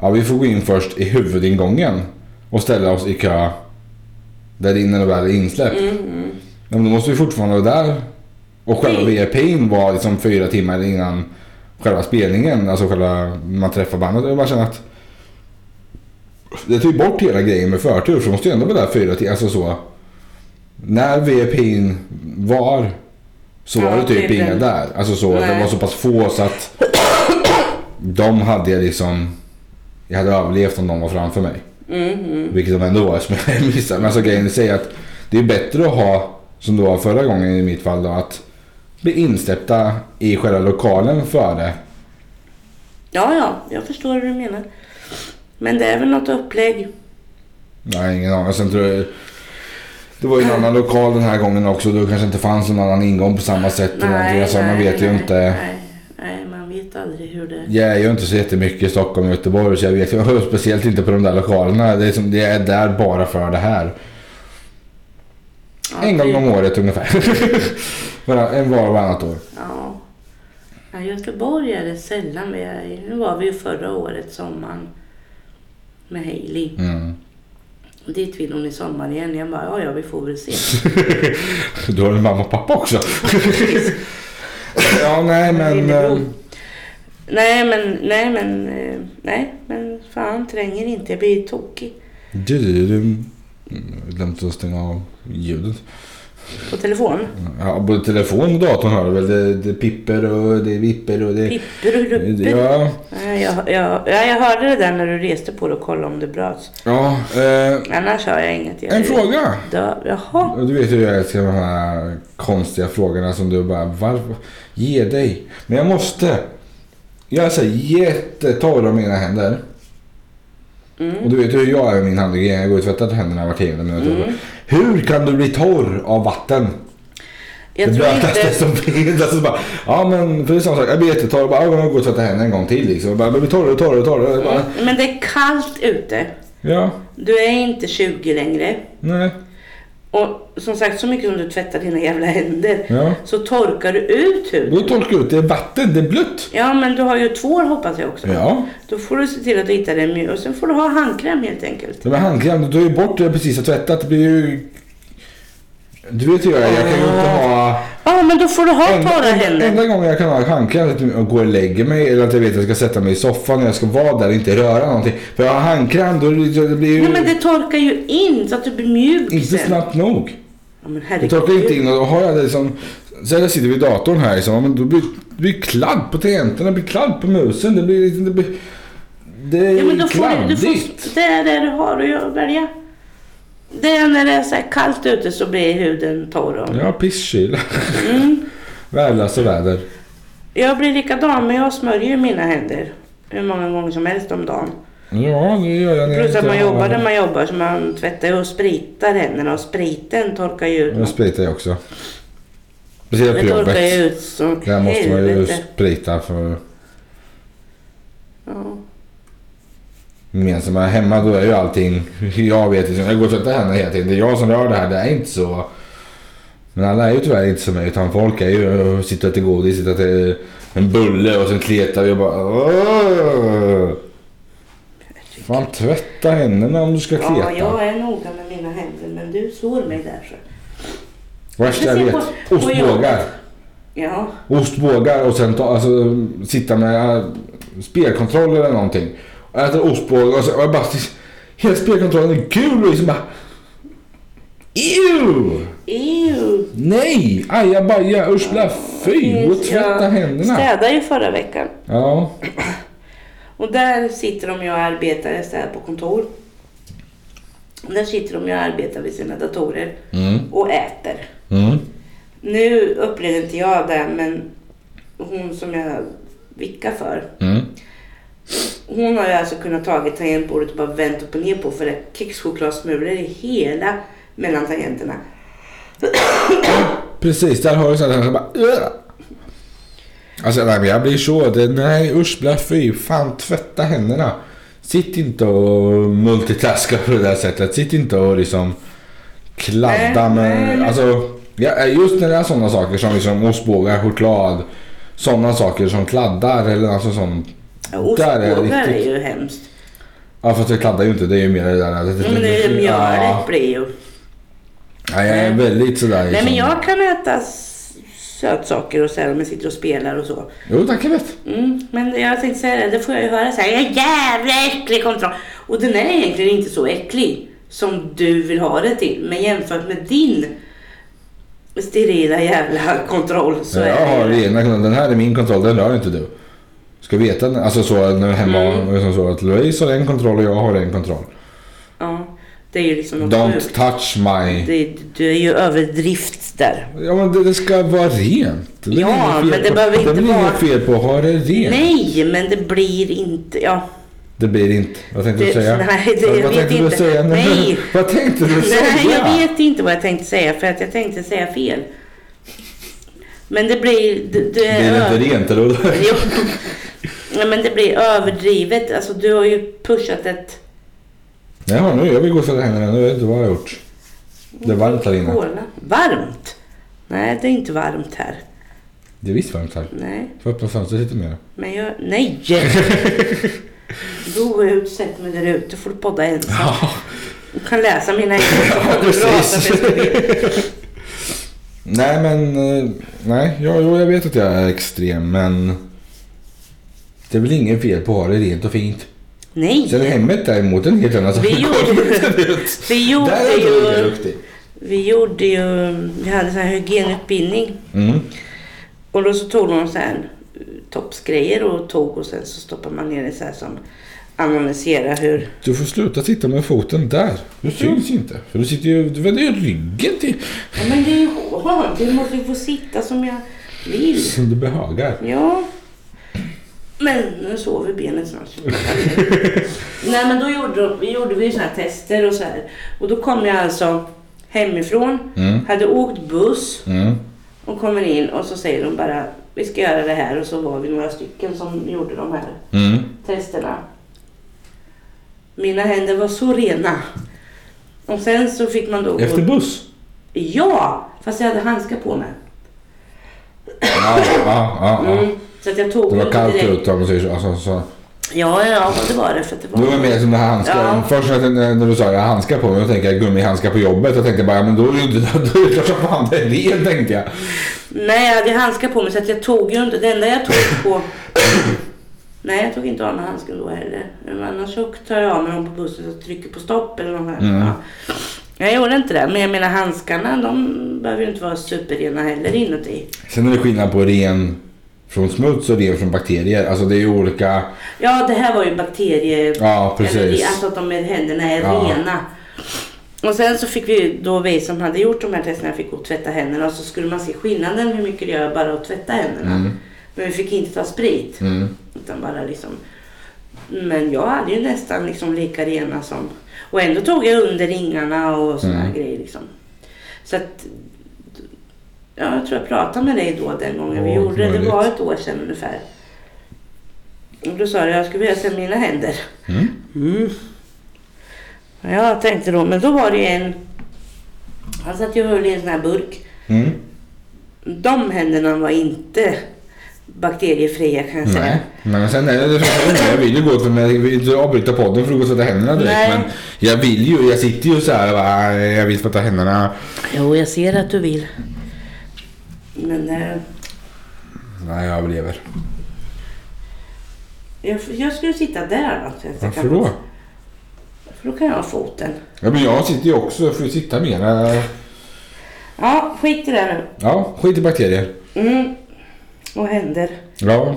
ja vi får gå in först i huvudingången och ställa oss i kö där inne när väl är insläppt.
Mm. Mm.
Ja, Men då måste vi fortfarande vara där. Och själva
Mm.
VIPn var liksom fyra timmar innan själva spelningen, alltså själva man träffar bandet. Jag bara känner att det tar ju bort hela grejen med förtur för de måste ju ändå vara där fyra timmar. Alltså så. När VIPn var så
Ja,
var det typ
typ
inga
en-
där. Alltså så, det
Nej.
var så pass få så att de hade jag liksom, jag hade överlevt om de var framför mig.
Mm. Mm.
Vilket de ändå var som jag <laughs> missade. Men alltså grejen säger att det är bättre att ha, som det var förra gången i mitt fall då, att bli insläppta i själva lokalen före.
Ja, ja. Jag förstår hur du menar. Men det är väl något upplägg.
Nej, ingen aning. Sen tror jag, det var ju en annan lokal den här gången också. Då kanske inte fanns en annan ingång på samma sätt. eller någonting. alltså, man vet ju
nej,
inte.
Nej, nej, man vet aldrig hur det...
Jag är ju inte så jättemycket i Stockholm och Göteborg så jag vet ju speciellt inte på de där lokalerna. Det är, som, det är där bara för det här.
Ja,
En gång
typ.
om året ungefär. Varann- en var och varannat år.
Ja. ja. Göteborg är det sällan vi är i. Nu var vi ju förra året, sommaren, med Hailey.
Mm.
Dit vill hon i sommar igen. Jag bara, ja, ja, vi får väl se.
Du har en mamma och pappa också. ja, nej men... eh,
Nej men, nej men, eh, nej men fan tränger inte, jag blir tokig.
Du, du, du. Mm, Jag glömde att stänga av ljudet.
På telefon.
Ja, både telefon och datorn hör du väl? Det, det pipper och det vipper och det...
Pipper och rupper. Ja.
Ja,
Jag, jag, ja, jag hörde det där när du reste på det och kollade om det bröts.
ja. Eh,
Annars hör jag inget. Jag
en
är
fråga.
Dö. Jaha.
Du vet hur jag älskar de här konstiga frågorna som du bara varför? Ge dig. Men jag måste. Jag är så här jättetorr om mina händer. Och
Mm.
du vet hur jag är med min handhygien. Jag går och tvättar händerna var tionde minut.
Mm.
Hur kan du bli torr av vatten?
Jag tror
det blötaste
inte...
som finns. Alltså bara, ja men för det är samma sak. Jag blir jättetorr. Jag Bara, ja, men jag går och tvättar händerna en gång till liksom. Jag bara, jag blir torrare och torrare och torrare. Jag Bara,
Mm. Men det är kallt ute.
ja,
Du är inte 20 längre.
nej,
Och som sagt, så mycket som du tvättar dina jävla händer
ja. Mm.
så torkar du ut
Då
huden.
torkar ut. Det är vatten. Det är blött.
Ja, men du har ju tvål hoppas jag också.
Ja,
Då får du se till att du hittar en mjuk och sen får du ha handkräm helt enkelt.
det med handkräm. Du tar ju bort det jag precis har tvättat. Det blir ju... Du vet hur jag är. Jag kan ju inte ha...
Ja, men då får du ha
Enda-
torra
enda-
händer.
Enda gången jag kan ha handkräm är att jag går och lägger mig eller att jag vet att jag ska sätta mig i soffan och jag ska vara där och inte röra någonting. För jag har handkräm då det, det blir ju
Nej, men det torkar ju in så att du blir mjuk
inte
sen.
snabbt nog.
Ja, men
Det
herregud.
torkar inte in och då har jag det liksom... Sen jag sitter vid datorn här liksom, ja, men då blir det blir kladd på tangenterna, det blir kladd på musen, det blir... liksom- Det, blir, det är
Ja, men då får du, du
kladdigt.
får, det är det du har att välja. Det är när det är så här kallt ute så blir huden torr. Och...
Ja, pisskyla. <laughs>
Mm.
Värdelösa väder.
Jag blir likadan men jag smörjer ju mina händer hur många gånger som helst om dagen.
Ja, det gör jag. när jag
Plus att
inte
man
har-
jobbar där man jobbar så man tvättar ju och spritar händerna och spriten torkar ju ut.
Jag spritar jag också. Speciellt på
Det torkar ju
jobbet.
ut som
Där måste man ju
helvete.
sprita för
Ja.
gemensamma. Hemma då är ju allting... Jag vet inte. Jag går och tvättar händerna hela tiden. Det är jag som rör det här. Det är inte så. Men alla är ju tyvärr inte som mig. Utan folk är ju... Sitter till godis, sitter till en bulle och sen kletar vi och bara... "Åh!" Fan tvätta händerna om du ska kleta.
Ja, jag är noga med mina händer men du sår mig där så.
Värsta jag
Men se
vet.
på- på
Ostbågar.
jobbet. Ja,
Ostbågar och sen ta, alltså, sitta med äh, spelkontroll eller någonting. Och äta ostbågar och så och jag bara... Hela spelkontrollen är gul och liksom bara... Ew!
Ew.
Nej! Aja baja ursla fy! Och tvätta
Jag
händerna.
städade ju förra veckan.
Ja.
Och där sitter de ju och arbetar, jag städar på kontor. Och Där sitter de ju och arbetar vid sina datorer
Mm.
och äter.
Mm.
Nu upplevde inte jag det, men hon som jag vickar för.
Mm.
Hon har ju alltså kunnat tagit tangentbordet och bara vänt upp och ner på för det är kexchokladsmulor i hela mellan tangenterna.
Precis, där har du sådana som bara... "Ugh." Alltså nej men jag blir så... Det, nej usch blä fy. Fan tvätta händerna. Sitt inte och multitaska på det där sättet. Sitt inte och liksom kladda
Nej,
med...
nej.
Alltså ja, just när det är sådana saker som liksom ostbågar, choklad. Sådana saker som kladdar eller alltså sånt.
Ja,
Där är det
Ostbågar är
riktigt.
ju hemskt.
Ja fast det kladdar ju inte. Det är ju mer det där...
Ja, Men det är ju mjölet
Ja,
blir ju.
nej, jag är väldigt sådär
Nej
liksom.
men jag kan äta s- sötsaker och så här om jag sitter och spelar och så.
Jo tack jag vet.
Mm, men jag tänkte säga det, det får jag ju höra så här, "Ja, jävla äcklig kontroll. Och den är egentligen inte så äcklig som du vill ha det till. Men jämfört med din sterila jävla kontroll så
jag
är
har
det.
rena kunder. Den här är min kontroll, den rör inte du. Ska veta, alltså så att nu hemma,
Mm.
liksom så att Louise har en kontroll och jag har en kontroll.
Ja, det är ju liksom något
Don't
sjukt.
touch my...
Det, det är ju överdrift där.
Ja men det, det ska vara rent. Det är
Ja,
inget
men
fel
det
på,
behöver
Det
inte
är väl
vara-
inget fel på att ha det rent.
Nej, men det blir inte... Ja,
Det blir inte. Vad tänkte du
Det-
säga?
nej, det-
vad,
jag
vad
vet
tänkte
inte.
du säga? nu?
Nej.
<laughs> vad tänkte du säga?
Nej, jag vet inte vad jag tänkte säga för att jag tänkte säga fel. Men det blir... Det, det
Blir
är
det inte rent eller?
<laughs> Jo. Nej, men det blir överdrivet. Alltså, du har ju pushat ett
<laughs> Nej, har nu. Jag vill gå och sätta händerna nu. Jag vet inte vad jag har gjort. Det är varmt här inne.
kola. Varmt? Nej, det är inte varmt här.
Det är visst varmt här.
Nej,
Får jag öppna fönstret lite mer?
men jag... Nej!
<laughs>
Då går jag ut och sätter mig där ute. får du podda ensam.
Ja.
Du kan läsa
<laughs>
mina egna
Ja, precis. nej, men... eh, Nej, ja, jo, jag vet att jag är extrem, men... Det är väl ingen fel på att ha det rent och fint. Sen
Nej!
hemmet däremot, en helt annan sak.
Vi gjorde, vi
<laughs> Där
gjorde
är du lika
ju...
duktig.
Vi gjorde ju... Vi hade sån här hygienutbildning.
Mm.
Och då så tog de så här eh, topsgrejer och tog och sen så stoppar man ner det så här som analyserar hur...
Du får sluta sitta med foten där. Du syns
Mm.
inte. För du sitter ju... Du vänder ju ryggen till...
Ja, men det är ju skönt, jag måste ju få sitta som jag vill.
Som du behagar.
Ja. Men nu sover benet snart. Nej men då gjorde, de- vi gjorde vi såna här tester och så här. Och då kom jag alltså hemifrån,
Mm.
hade åkt buss
Mm.
och kommer in och så säger de bara vi ska göra det här och så var vi några stycken som gjorde de här
Mm.
testerna. Mina händer var så rena. Och sen så fick man då... gå-
Efter buss.
Ja! Fast jag hade handskar på mig.
Ja, ja, ja. ja.
Mm. Så att jag tog
Det var
dem
kallt
direkt.
ute om man säger så. Alltså, så.
Ja, ja, det var det. För att det var...
Det var mer som det här handskar.
Ja.
Först när, när när du sa jag har handskar på mig, då tänkte jag gummihandskar på jobbet. Jag tänkte bara, ja, men då är det ju inte- <laughs> då är det klart som fan det är rent tänkte jag.
Nej, jag hade handskar på mig så att jag tog ju inte. Det enda jag tog
<coughs>
på... Nej, jag tog inte av mig handsken då heller. Men annars så tar jag av mig dem på bussen och trycker på stopp eller något här.
Mm.
Ja. Jag gjorde inte det. Men jag menar handskarna, de behöver ju inte vara superrena heller inuti.
Sen är det skillnad på ren från smuts och ren från bakterier. Alltså det är ju olika.
Ja, det här var ju bakterier...
Ja,
Eller, alltså det-
precis.
alltså att de med händerna är
Ja.
rena. Och sen så fick vi då vi som hade gjort de här testerna fick gå och tvätta händerna och så skulle man se skillnaden hur mycket det gör bara att tvätta händerna.
Mm.
Men vi fick inte ta sprit.
Mm.
Utan bara liksom. Men jag hade ju nästan liksom lika rena som... Och ändå tog jag under ringarna och såna här
Mm.
grejer. Liksom. Så att... Ja, jag tror jag pratade med dig då den gången vi
Ja,
gjorde det. Det
möjligt.
var ett år sedan ungefär. Och då sa du jag skulle vilja se mina händer.
Mm.
Mm. Och Jag tänkte då, men då var det ju en... Han satt ju och höll i en sån här burk.
Mm.
De händerna var inte bakteriefria kan jag säga.
Nej. Men sen är det så att jag vill ju gå till men jag vill inte avbryta podden för att gå och tvätta händerna direkt.
Nej.
Men jag vill ju, jag sitter ju så här och bara, "Nej, jag vill tvätta händerna.
Jo, jag ser att du vill. Men eh,
Nej, jag överlever.
jag, jag skulle sitta där. Alltså. Jag
Varför
kan-
då?
För då kan jag ha foten.
Ja, men jag sitter ju också, jag får ju sitta mera.
Ja, skit i det här
Ja, skit i bakterier.
nu. Mm. Och händer.
Ja.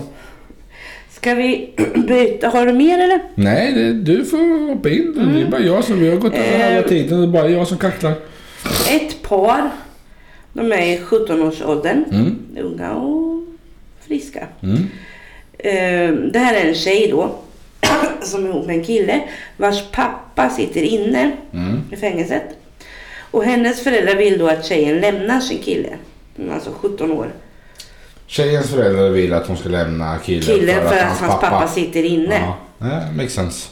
Ska vi <clears throat> byta? Har du mer eller?
Nej, det, du får hoppa in. Det är bara jag som, vi har gått över
Mm. Eh.
hela tiden. Det är bara jag som kacklar.
Ett par. De är i 17-årsåldern.
Mm.
Unga och friska.
Mm.
Eh, Det här är en tjej då. <clears throat> Som är ihop med en kille. Vars pappa sitter inne
Mm.
i fängelset. Och hennes föräldrar vill då att tjejen lämnar sin kille. Hon är Alltså 17 år.
Tjejens föräldrar vill att hon ska lämna killen,
Killen för att hans pappa sitter inne.
Ja, nej, makes sense.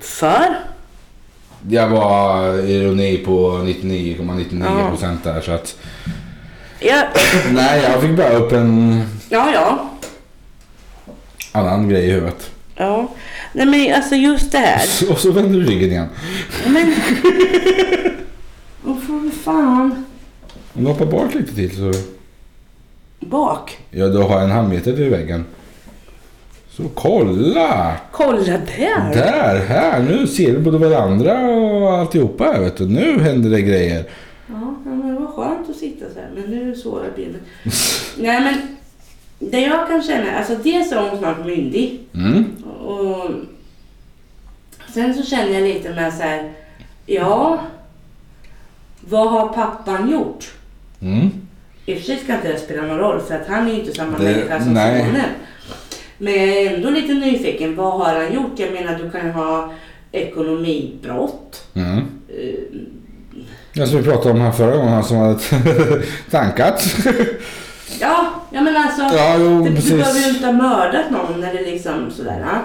För?
Jag var ironi på 99,99
Ja.
procent där
<laughs>
så att...
Ja,
Nej, jag fick bara upp en
ja. ja.
annan grej i huvudet.
ja. Nej men alltså just det här.
Och så vänder du ryggen igen.
<laughs> Men... Vad får vi fan?
Om du hoppar bak lite till så...
Bak.
Ja, du har en halvmeter till väggen. Så kolla!
Kolla där.
Där, här, nu ser vi både varandra och alltihopa här vet du. Nu händer det grejer.
Ja, men det var skönt att sitta så här. Men nu såg jag
<laughs>
bilden. Nej men. Det jag kan känna, alltså dels är hon snart myndig.
Mm.
Och sen så känner jag lite med så här, ja, vad har pappan gjort?
Mm.
I och för sig ska inte det spela någon roll för att han är ju inte samma
Det-
människa som
nej.
sonen. Men jag är ändå lite nyfiken, vad har han gjort? Jag menar du kan ju ha ekonomibrott.
Mm.
Eh,
Ja, som vi pratade om här förra gången, han som hade <laughs>
<laughs>
tankat.
Ja, jag menar alltså.
Ja, jo,
du, du
precis.
behöver ju inte ha mördat någon eller liksom sådär. ja.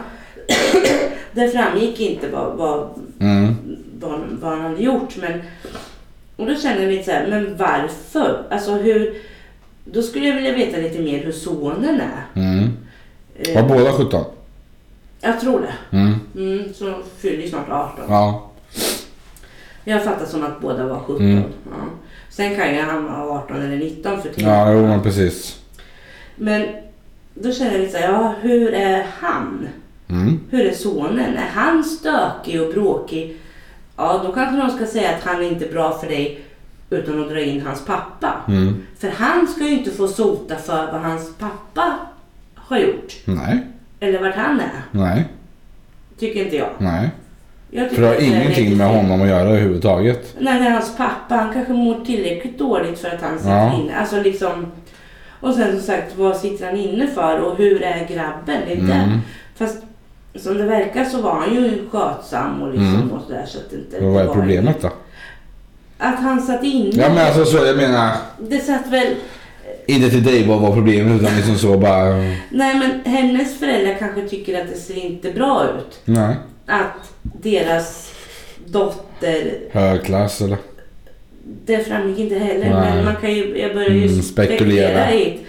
<clears throat> det framgick inte vad, vad,
Mm.
vad, vad han hade gjort. Men, och då känner jag lite så här, men varför? Alltså hur... Då skulle jag vilja veta lite mer hur sonen är.
Mm.
Eh,
Var båda 17?
jag tror det.
Mm.
Mm, så de fyller ju snart 18.
Ja.
Jag fattar som att båda var 17.
Mm.
Ja. Sen kan ju han vara 18 eller 19 för tiden.
Ja, jo men precis.
Men då känner jag lite så här, ja, hur är han?
Mm.
Hur är sonen? Är han stökig och bråkig? Ja, då kanske någon ska säga att han är inte bra för dig utan att dra in hans pappa.
Mm.
För han ska ju inte få sota för vad hans pappa har gjort.
Nej.
Eller vart han är.
Nej.
Tycker inte jag.
Nej.
jag
För
tycker
det har
att det är
ingenting
lite
med
fel.
honom att göra överhuvudtaget.
Nej, det är hans pappa. Han kanske mår tillräckligt dåligt för att han sitter
Ja.
inne. Alltså liksom... Och sen som sagt, vad sitter han inne för och hur är grabben? Det är
Mm.
det. Fast som det verkar så var han ju skötsam och liksom
Mm.
och sådär. Så att det inte,
Och Vad är
var-
problemet då?
Att han satt inne.
Ja men alltså så, jag menar.
Det satt väl...
Inte till dig vad var problemet utan liksom så bara.
Nej men hennes föräldrar kanske tycker att det ser inte bra ut.
Nej.
Att deras dotter...
Högklass eller?
Det framgick inte heller
Nej.
men man kan ju... Jag börjar ju
Mm, spekulera.
spekulera i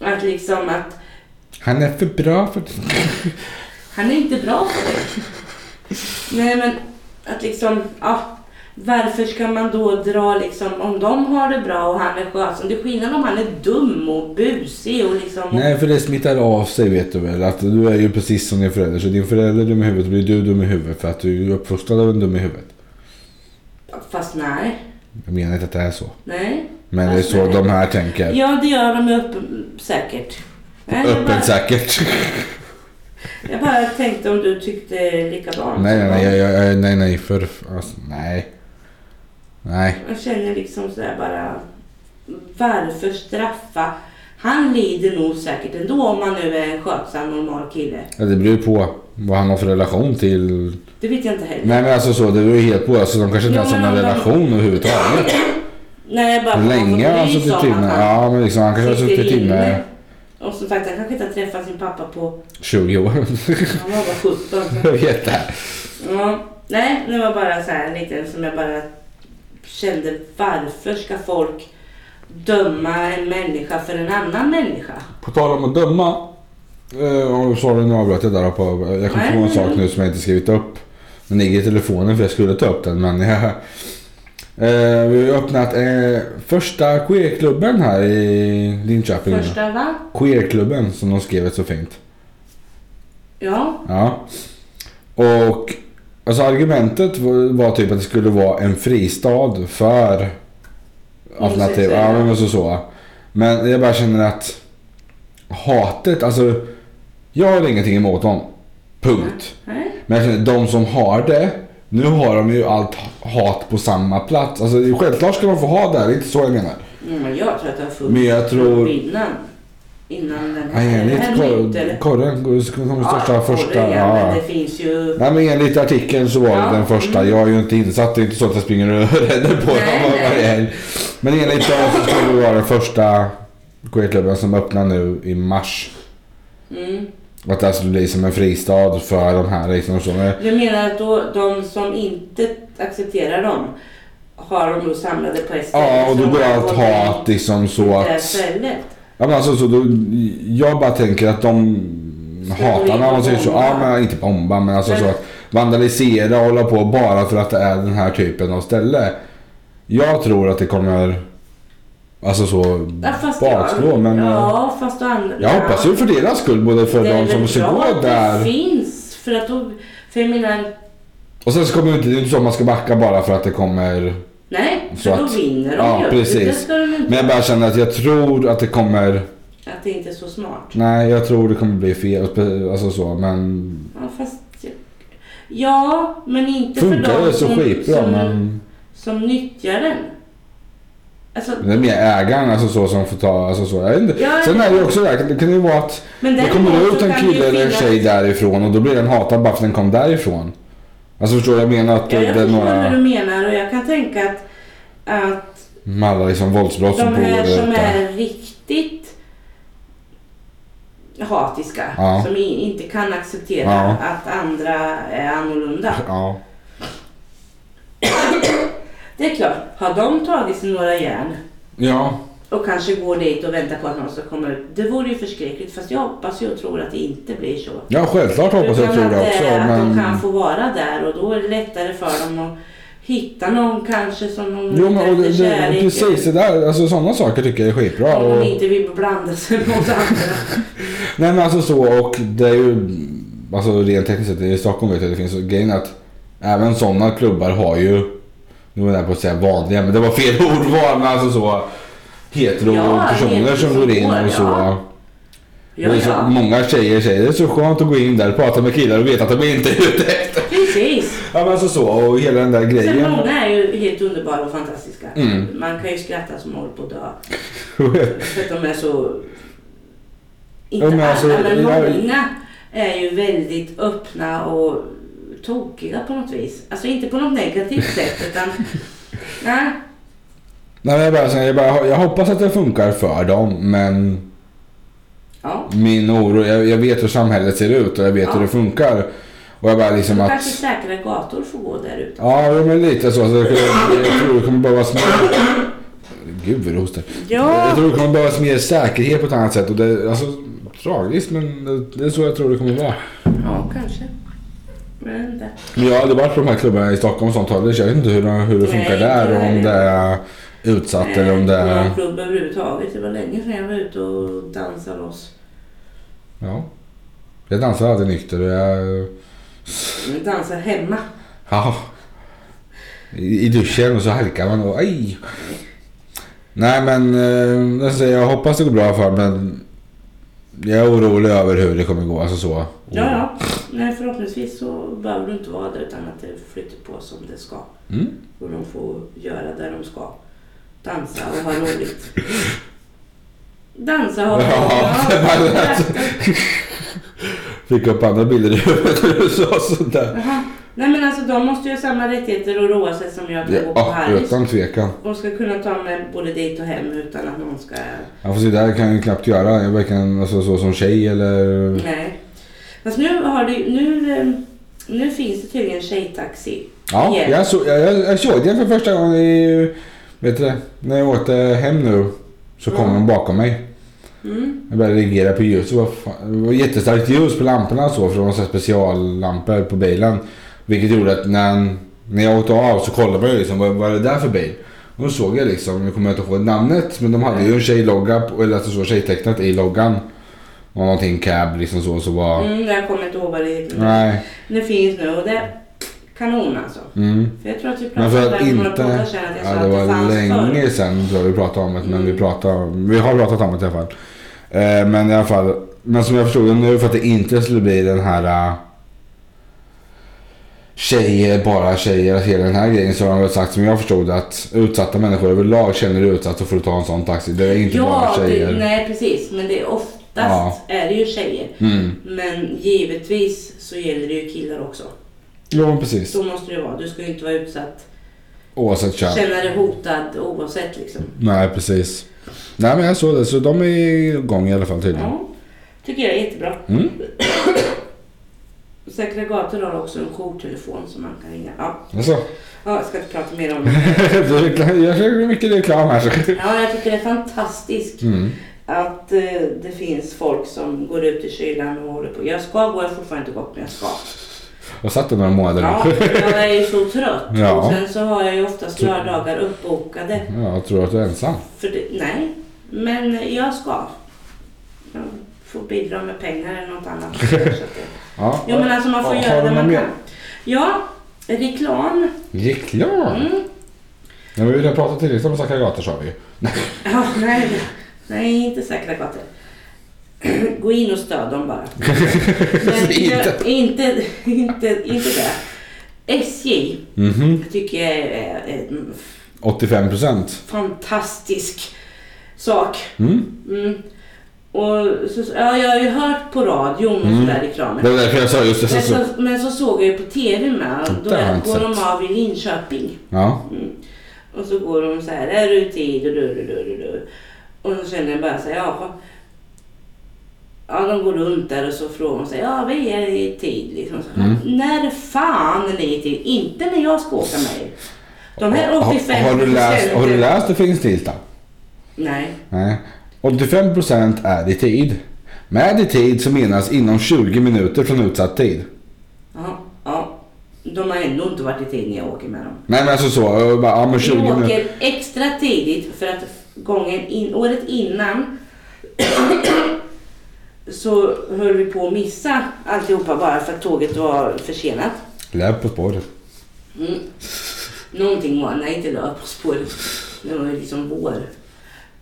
att liksom att
Han är för bra för
Han är inte bra på det. Nej men att liksom, ja. Varför ska man då dra liksom, om de har det bra och han är skötsam. Det är skillnad om han är dum och busig och liksom.
Nej, för det smittar av sig vet du väl. Att du är ju precis som din förälder. Så din förälder är dum i huvudet blir du dum i huvudet för att du är uppfostrad av en dum i huvudet.
Fast nej.
Jag menar inte att det är så.
Nej.
Men det är så
Alltså,
de här tänker.
Ja det gör de ju upp, säkert. Nej, jag, bara,
Öppet säkert.
jag bara tänkte om du tyckte likadant.
Nej, nej, nej, jag, jag, jag, nej, nej, för alltså, nej. Nej.
Jag känner liksom sådär bara, varför straffa? Han lider nog säkert ändå om han nu är en skötsam, normal kille.
Ja, det beror ju på vad han har för relation till...
Det vet jag inte heller.
Nej men alltså så, det beror ju helt på. Alltså, de kanske inte
Jo,
ens har
men
någon
de-
relation överhuvudtaget.
Nej, bara
Hur
för att man
länge har han
får bry sig
suttit
om
inne?
att han
Ja men liksom han kanske har
sitter
suttit inne
inne. Och som sagt, han kanske inte har träffat sin pappa på,
20 år. <laughs>
han var bara 17.
Jag vet det.
Ja, nej, det var bara så här en liten som jag bara kände varför ska folk döma en människa för en annan människa?
På tal om att döma. Eh, och sorry nu avbröt jag där uppe. Jag kom
Nej,
på en
nej,
sak
nej.
nu som jag inte skrivit upp. Den ligger i telefonen för jag skulle ta upp den men <laughs> jag... Eh, vi har ju öppnat eh, första queerklubben här i Linköping. nu.
Första va?
Queerklubben som de skrev så fint.
Ja,
Ja. Och alltså argumentet var, var typ att det skulle vara en fristad för alternativ. Ja, men och så, så. Men jag bara känner att hatet, alltså jag har ingenting emot dem. Punkt.
nej,
Men jag känner de som har det, nu har de ju allt hat på samma plats. Alltså det är- självklart ska de få ha det, här, det är inte så jag menar.
Mm, men jag tror att det har funnits
Men jag tror...
innan. Innan den här.
Nej,
är det
enligt
här nytt eller?
kor- korren kommer största
ja,
första.
Ja,
ja.
men det finns ju...
Nej men enligt artikeln så var
Ja,
det den första.
mm.
Jag är ju inte insatt. Det är inte så att jag springer och <laughs> räddar på
Nej,
dem
nej.
varje helg. Men enligt dem så skulle det vara den första queerklubben som öppnar nu i mars.
Mm.
Och Att det här skulle bli som en fristad för de här liksom och så. Men
Du menar att då, de som inte accepterar dem har de då samlade på ett ställe?
Ja och då
som
blir
har
allt
gått
hat
in
liksom så
på det här
att...
stället.
Ja men alltså så då, Jag bara tänker att de
Ska gå
hatar
in
när man
och
säger så.
bomba?
Ja men inte bomba men alltså
Men-
så att vandalisera och hålla på bara för att det är den här typen av ställe. Jag tror att det kommer Alltså så
Ja, fast
bakslå
jag,
men eh,
ja, fast å andra,
jag hoppas ju för deras skull både för
Det är
de som
väl
ska
bra
gå
att Det
där.
finns. För att då, för jag menar,
Och sen så kommer det inte, det är inte så att man ska backa bara för att det kommer
nej,
Så
för då
att-
vinner de
ja,
ju.
precis.
Det ska de inte,
Men jag bara känner att jag tror att det kommer
att det inte är så smart.
Nej jag tror det kommer bli fel alltså så men
Ja, fast, ja men inte för
Funkar
dem
det så
som,
skitbra
som,
men
som nyttjar den. Alltså,
Det är mer ägaren alltså så som får ta, alltså så. Jag vet inte.
Ja,
Sen
ja.
är det ju också det här, det kan ju vara att
men
det
däremot
kommer
så
ut en
kan det ju
kille eller en
finnas-
tjej därifrån och då blir den hatad bara för att den kom därifrån. Alltså förstår du? Jag menar att
Ja,
det
jag
är
förstår vad
några
du menar och jag kan tänka att, att
med alla liksom våldsbrott som
De
pågår
här
där
som
ute.
är riktigt hatiska,
Ja.
som i- inte kan acceptera
Ja.
att andra är annorlunda.
Ja.
Det är klart, har de tagit sig några järn
Ja.
och kanske går dit och väntar på att någon ska komma ut, det vore ju förskräckligt. Fast jag hoppas ju och tror att det inte blir så.
Ja självklart hoppas jag
Utan
tror
att
det också
är att de
men...
kan få vara där och då är det lättare för dem att hitta någon kanske som de
Jo men och det,
efter
det,
kärlek
precis det där, alltså sådana saker tycker jag är skitbra.
Om
Och,
de inte vill blanda sig mot
<laughs>
andra.
nej men alltså så och det är ju, alltså rent tekniskt sett i Stockholm vet jag det finns, och grejen är att även sådana klubbar har ju, nu var jag på att säga vanliga men det var fel <laughs> ordval men alltså så hetero
Ja,
personer
hetero
som går in och så.
ja. Ja,
Och det är så
ja.
Många tjejer säger det är så skönt att gå in där och prata med killar och veta att de inte är ute efter.
Precis.
Ja men alltså så och hela den där
Sen
grejen.
många är ju helt underbara och fantastiska.
Mm.
Man kan ju skratta som man håller på att dö. För att de är så... Inte
Ja, men alltså,
alla, men
jag-
många är ju väldigt öppna och tokiga på något vis. Alltså inte på något
<laughs>
negativt sätt utan... Nej.
<laughs> Nej, men jag, bara, säger- jag, bara, jag hoppas att det funkar för dem men
Ja.
min oro, jag, jag vet hur samhället ser ut och jag vet
Ja.
hur det funkar. Och jag bara liksom
Då
att...
kanske säkra gator får gå där ute.
Ja, jo, men lite så. så jag, jag tror det kommer behövas mer... Gud vad du hostar. Jag tror det kommer behövas mer säkerhet på ett annat sätt. Och det, alltså, tragiskt men det, det är så jag tror det kommer vara.
Ja, kanske. Men inte.
Men jag har aldrig varit på de här klubbarna i Stockholm och sånt heller, så jag vet inte hur, det- hur det funkar
Nej,
där. Och om
nej.
det är utsatt eller eh, om det är...
Någon klubb Eh, överhuvudtaget. Det var länge sedan jag var ute och dansade loss.
Ja. Jag dansar aldrig nykter och jag...
Jag dansar hemma.
Ja. I i duschen och så halkar man och aj. Nej men eh, alltså, jag hoppas det går bra för men jag är orolig över hur det kommer gå. Alltså så.
Ja, ja. nej, förhoppningsvis så behöver du inte vara där utan att det flyter på som det ska.
Mm.
Och de får göra det de ska. Dansa och ha roligt. Dansa och ha
<laughs> Ja, det var lätt. <laughs> Fick upp andra bilder i huvudet när du sa sådär.
Jaha. Nej men alltså de måste ju ha samma rättigheter och roa sig som jag kan gå på
Ja,
Harrys.
utan tvekan.
De ska kunna ta mig både dit och hem utan att någon ska...
Ja, fast det där kan jag ju knappt göra. Jag verkar alltså, så som tjej eller...
Nej. Fast nu har det ju- nu, eh, nu finns det tydligen tjejtaxi.
Ja,
Igen.
jag, så, jag, jag, jag såg den för första gången i... Vet du det? När jag åkte hem nu så kom
Mm.
de bakom mig.
Mm.
Jag började reagera på ljus. Det var, fan, det var jättestarkt ljus på lamporna och så för de har så här speciallampor på bilen. Vilket gjorde att när, när jag åkte av så kollade jag liksom vad, vad är det där för bil? Och då såg jag liksom, nu kommer jag inte ihåg namnet men de hade ju en tjejlogga, på- eller alltså så tjejtecknat i loggan. Och någonting cab liksom så, så var...
Mm, jag kommer inte ihåg vad det heter.
Nej.
Det finns nu och det är kanon alltså.
Mm.
För jag tror att vi pratade
Men för att
där några
inte...
poddar sedan att jag sa
Ja, det
att det
var
fanns förr.
länge sedan tror jag vi pratade om det. Men
Mm.
vi, pratade, vi har pratat om det i alla fall. Eh, men i alla fall. Men som jag förstod det nu för att det inte skulle bli den här... eh, Tjejer, bara tjejer, hela den här grejen. Så har de väl sagt som jag förstod det att utsatta människor överlag känner dig utsatt så får du ta en sån taxi. Det är inte
Ja,
bara
det,
tjejer.
nej precis. Men det är oftast
Ja.
är det ju tjejer.
Mm.
Men givetvis så gäller det ju killar också.
Jo men precis.
Så måste det ju vara. Du ska ju inte vara utsatt,
Oavsett kön.
känna dig hotad oavsett liksom.
Nej precis. Nej men jag såg det. Så de är igång i alla fall tydligen.
Ja, tycker jag är jättebra.
Mm.
Segregator har också en jourtelefon som man kan ringa. Ja,
Alltså. <laughs>
ja jag ska inte prata mer om det.
Du reklam- Jag kör mycket reklam här. så-
Ja, jag tycker det är fantastiskt
Mm.
att eh, det finns folk som går ut i kylan och håller på. Jag ska gå, jag har fortfarande inte gått, men jag ska.
Jag satt där några månader.
Ja,
Ja.
jag är ju så trött.
Ja.
Och sen så har jag ju oftast lördagar uppbokade.
Jag tror att du är ensam.
För det, nej, men jag ska. Jag får bidra med pengar eller något
<laughs>
annat. Så att det-
Ja.
Jo men alltså man får
Ja, har
göra
du
det man
något mer?
kan. Ja, reklam.
Reklam?
Mm.
Nej, men vi har redan pratat tillräckligt om Sakra Gata sa vi ju.
Ja, nej, nej, inte säkra kvatter. <clears throat> Gå in och stöd dem bara. Men,
<laughs> Inte.
jag- inte, inte, inte det. SJ
Mhm.
tycker jag är är en
85 procent.
fantastisk sak.
Mm.
Mm. Och så, ja, jag har ju hört på radion och
Mm.
sådär reklamen.
Det var därför jag sa just det. Så,
Men så,
så.
men så såg jag ju på TV med. och Då
Det har jag inte
går de
sett.
av i Linköping.
Ja.
Och så går de så här, är du i tid? Och, du, du, du, du, du. och så känner jag bara så här, ja. Ja, de går runt där och så frågar de sig, ja vi är i tid. Liksom. Så,
Mm.
När fan är ni i tid? Inte när jag ska åka mig. De här 85
har, har, du läst, har du läst Det finns tisdag?
Nej.
Nej. 85 procent är i tid. Med i tid så menas inom 20 minuter från utsatt tid.
Ja, ja. De har ändå inte varit i tid när jag åker med dem.
Nej men alltså så. jag Bara, ja men
Vi
20 minuter.
åker extra tidigt för att gången in, året innan <clears throat> så höll vi på att missa alltihopa bara för att tåget var försenat.
Läpp på spåret.
Mm. Någonting var, nej inte löp på spåret. Det var ju liksom vår.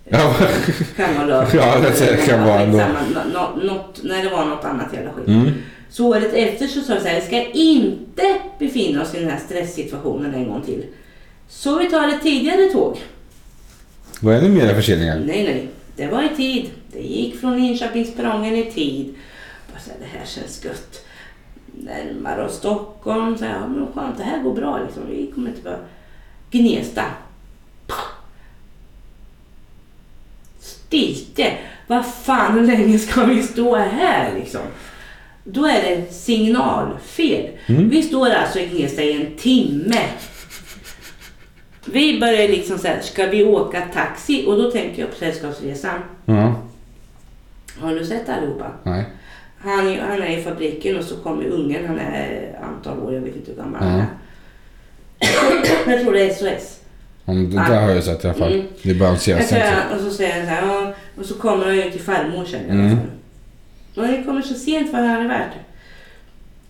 Ja. <laughs>
Kan vara löp.
Ja, det kan vara ändå.
Skitsamma, nå- nå- något- Nej, det var något annat jävla skit.
Mm.
Så året efter så sa jag så här, vi ska inte befinna oss i den här stresssituationen en gång till. Så vi tar ett tidigare tåg.
Var det ännu mera förseningar?
Nej, nej, det var i tid. Det gick från Linköpingsperrongen i tid. Bara så här, det här känns gött. Närmare oss Stockholm. Så här, ja, men skönt, det här går bra. Liksom. Vi kommer inte behöva... Gnesta. Stilte. Vad fan, hur länge ska vi stå här liksom? Då är det signalfel. Vi står alltså i Gnesta i en timme. Vi börjar liksom så här, ska vi åka taxi? Och då tänker jag på Sällskapsresan.
Ja.
Har du sett allihopa?
Nej.
Han, är- han är i fabriken och så kommer ungen, han är antal år, jag vet inte hur gammal han
Mm.
är. jag tror det är SOS.
Om det
Nej.
där har jag sett i alla fall.
Mm.
Det är bara en CS.
Jag tror jag- och så säger han så här, "Ja." och så kommer han ju till farmor sen.
Mm.
Mm. Och det kommer så sent, vad har det varit?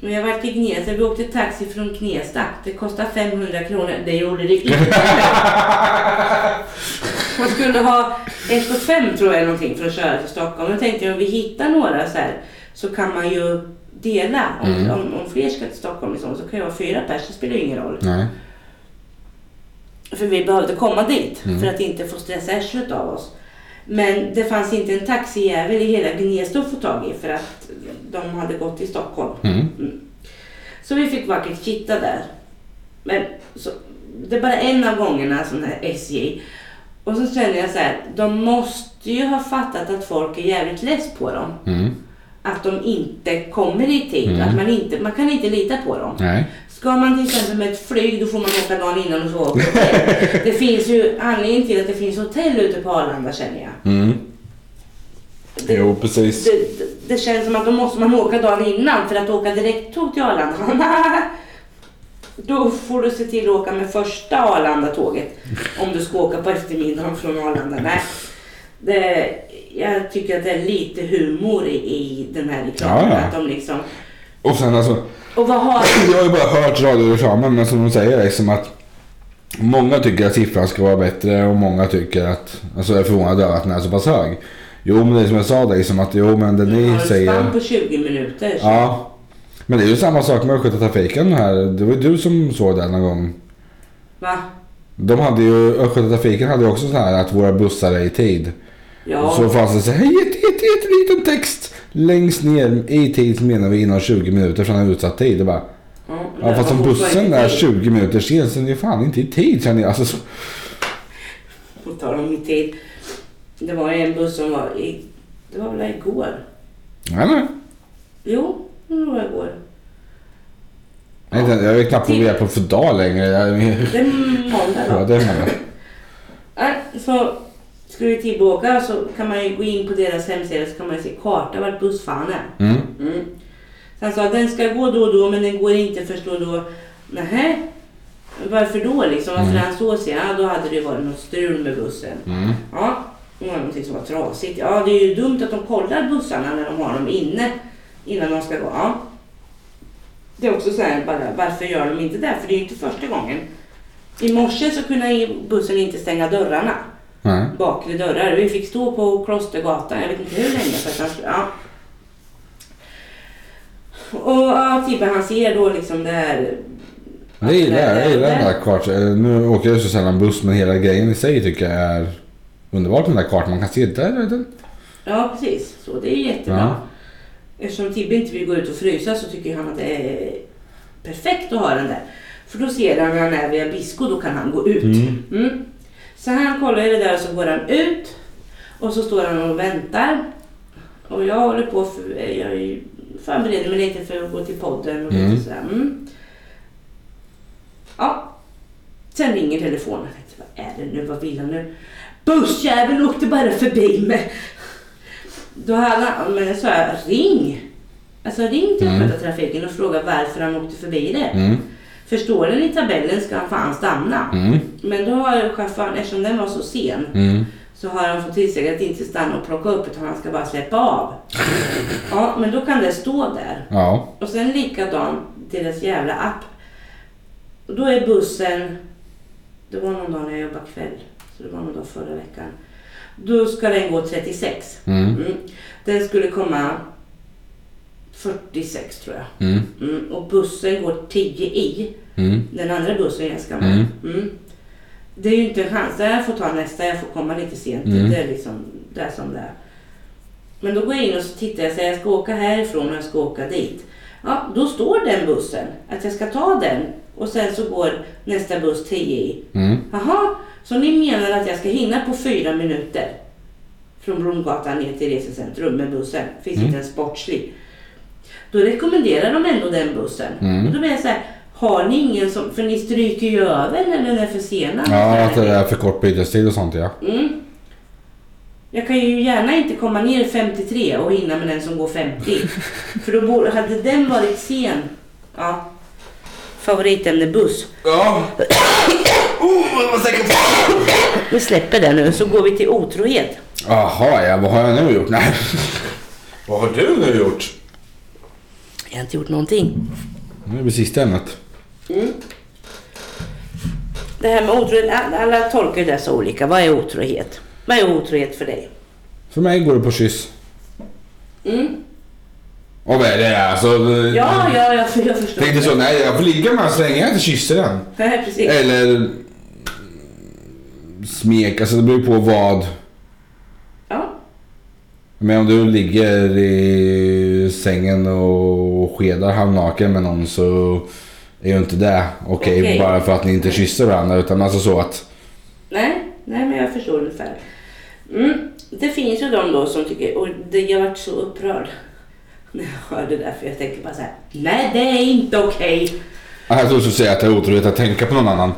Men jag var i Gnesta, vi åkte taxi från Knesta. Det kostade 500 kronor. Det gjorde det inte. Man skulle ha 1 och 5 tror jag någonting för att köra till Stockholm. Då tänkte jag om vi hittar några så här så kan man ju dela. Om,
Mm.
om, om fler ska till Stockholm liksom, så kan jag vara fyra pers, det spelar ju ingen roll.
Nej.
För vi behövde komma dit
Mm.
för att inte få stressa arslet av oss. Men det fanns inte en taxijävel i hela Gnesta att få tag i för att de hade gått till Stockholm.
Mm.
Så vi fick vackert kitta där. Men så, det är bara en av gångerna som det här SJ. Och så känner jag så här, de måste ju ha fattat att folk är jävligt less på dem.
Mm.
Att de inte kommer i tid,
Mm.
att man, inte, man kan inte lita på dem.
Nej.
Ska man till exempel med ett flyg då får man åka dagen innan och sova på hotell.
<laughs>
Det finns ju anledning till att det finns hotell ute på Arlanda känner jag.
Mm.
Det,
Jo, precis.
det, det- det känns som att då måste man åka dagen innan för att åka direkttåg till Arlanda. <laughs> Då får du se till att åka med första Arlanda-tåget om du ska åka på eftermiddagen från Arlanda. Nej. Det, jag tycker att det är lite humor i, i den här reklamen.
Ja, ja.
Att de liksom,
Och sen alltså. <clears throat>
och vad har...
Jag har ju bara hört radioreklamen, men som de säger liksom att många tycker att siffran ska vara bättre och många tycker att, alltså är förvånade över att den är så pass hög. Jo, men det är som jag sa dig, som att jo, men det
Ni
ni
har ett spann
säger.
på 20 minuter.
Ja. Men det är ju samma sak med Östgötatrafiken här. Det var ju du som såg det någon gång.
Va?
De hade ju, Östgötatrafiken hade ju också så här att våra bussar är i tid.
Ja.
Så fanns det så här jätte, jätte, jätteliten text längst ner i tid som menar vi inom 20 minuter från en utsatt tid. Det bara,
Ja, men
Ja, fast om
alltså, vad
bussen
var det
är
tid?
20 minuter sen så är det fan inte i tid känner jag. Alltså, så,
På tal om min tid. Det var en buss som var i... Det var väl igår?
nej, nej.
Jo, det var igår.
Jag vet inte, Jag vet knappt vad vi är på för dag längre. Jag,
Det är måndag
ja,
då.
det är det.
Nej, så ska vi tillbaka så kan man ju gå in på deras hemsida så kan man ju se karta vart bussfan är.
Mm.
Mm. Så han sa den ska gå då och då men den går inte först då och då. Nähä? Varför då liksom? Varför är han så sen? Ja, då hade det ju varit något strul med bussen.
Mm.
Ja, det var någonting som var trasigt. Ja, det är ju dumt att de kollar bussarna när de har dem inne innan de ska gå. Ja. Det är också så här, bara, varför gör de inte det? För det är ju inte första gången. I morse så kunde i- bussen inte stänga dörrarna,
Nej.
bakre dörrar. Vi fick stå på Klostergatan, jag vet inte hur länge. För att han, skulle- ja. Och ja, Tibbe han ser då liksom det här. Alltså,
Jag gillar jag gillar den där kartan. Eh, Nu åker jag så sällan buss men hela grejen i sig tycker jag är underbart den där kartan. Man kan se där. är den.
Ja, precis. Så det är ju jättebra.
Ja.
Eftersom Tibbe inte vill gå ut och frysa så tycker han att det är perfekt att ha den där. För då ser han när han är vid Abisko, då kan han gå ut.
Mm.
Mm. Så han kollar i det där och så går han ut. Och så står han och väntar. Och jag håller på, för, jag är ju- förbereder mig lite för att gå till podden och lite
Mm.
sådär. Mm. Ja. Sen ringer telefonen. Jag tänkte, vad är det nu? Vad vill han nu? Bussjäveln åkte bara förbi mig. Då hade han, men jag sa ring. Alltså ring till
Mm.
Östgötatrafiken och fråga varför han åkte förbi det.
Mm.
Förstår den i tabellen ska han fan stanna.
Mm.
Men då har chauffören, eftersom den var så sen,
Mm.
så har han fått till sig att inte stanna och plocka upp utan han ska bara släppa
<laughs>
av. Ja, men då kan det stå där.
Ja.
Och sen likadan deras jävla app. Och då är bussen, det var någon dag när jag jobbade kväll, så det var någon dag förra veckan. Då ska den gå 36.
Mm.
Mm. Den skulle komma 46 tror jag.
Mm.
Mm. Och bussen går 10 i.
Mm.
Den andra bussen jag ska med.
Mm.
Mm. Det är ju inte en chans. Det här får ta nästa. Jag får komma lite sent.
Mm.
Det är liksom det är som det är. Men då går jag in och så tittar jag och säger jag ska åka härifrån och jag ska åka dit. Ja, då står den bussen. Att jag ska ta den. Och sen så går nästa buss 10 i.
Mm.
Jaha, så ni menar att jag ska hinna på fyra minuter från Blomgatan ner till resecentrum med bussen? Finns
Mm.
inte en sportslig. Då rekommenderar de ändå den bussen.
Mm.
Och då blir jag så här, har ni ingen som, för ni stryker ju över när den är försenad.
Ja, att det är för kort bytestid och sånt ja.
Mm. Jag kan ju gärna inte komma ner 53 och hinna med den som går 50.
<laughs>
för då borde, hade den varit sen, ja. Favoritämne buss.
Ja. Oh, jag var säker på...
Vi släpper det nu så går vi till otrohet.
Jaha, ja, vad har jag nu gjort? Nej. vad har du nu gjort?
Jag har inte gjort någonting.
Nu är vi sista ämnet.
Det här med otrohet, all- alla tolkar ju det så olika. Vad är otrohet? Vad är otrohet för dig?
För mig går det på kyss.
Mm.
Och vad är det alltså?
Ja, ja, <laughs> jag, jag förstår.
Tänkte så, nej jag får ligga med honom så länge jag inte kysser den.
Nej, precis.
Eller smek, alltså det beror på vad.
Ja.
Men om du ligger i sängen och skedar halvnaken med någon så är ju inte det okej
Okej.
bara för att ni inte kysser varandra utan alltså så att
Nej, nej, men jag förstår ungefär. Mm. Det finns ju de då som tycker, och det, jag vart så upprörd när jag hörde det där för jag tänker bara så här, nej det är inte okej.
Alltså jag tror du säga att det är otroligt att tänka på någon annan.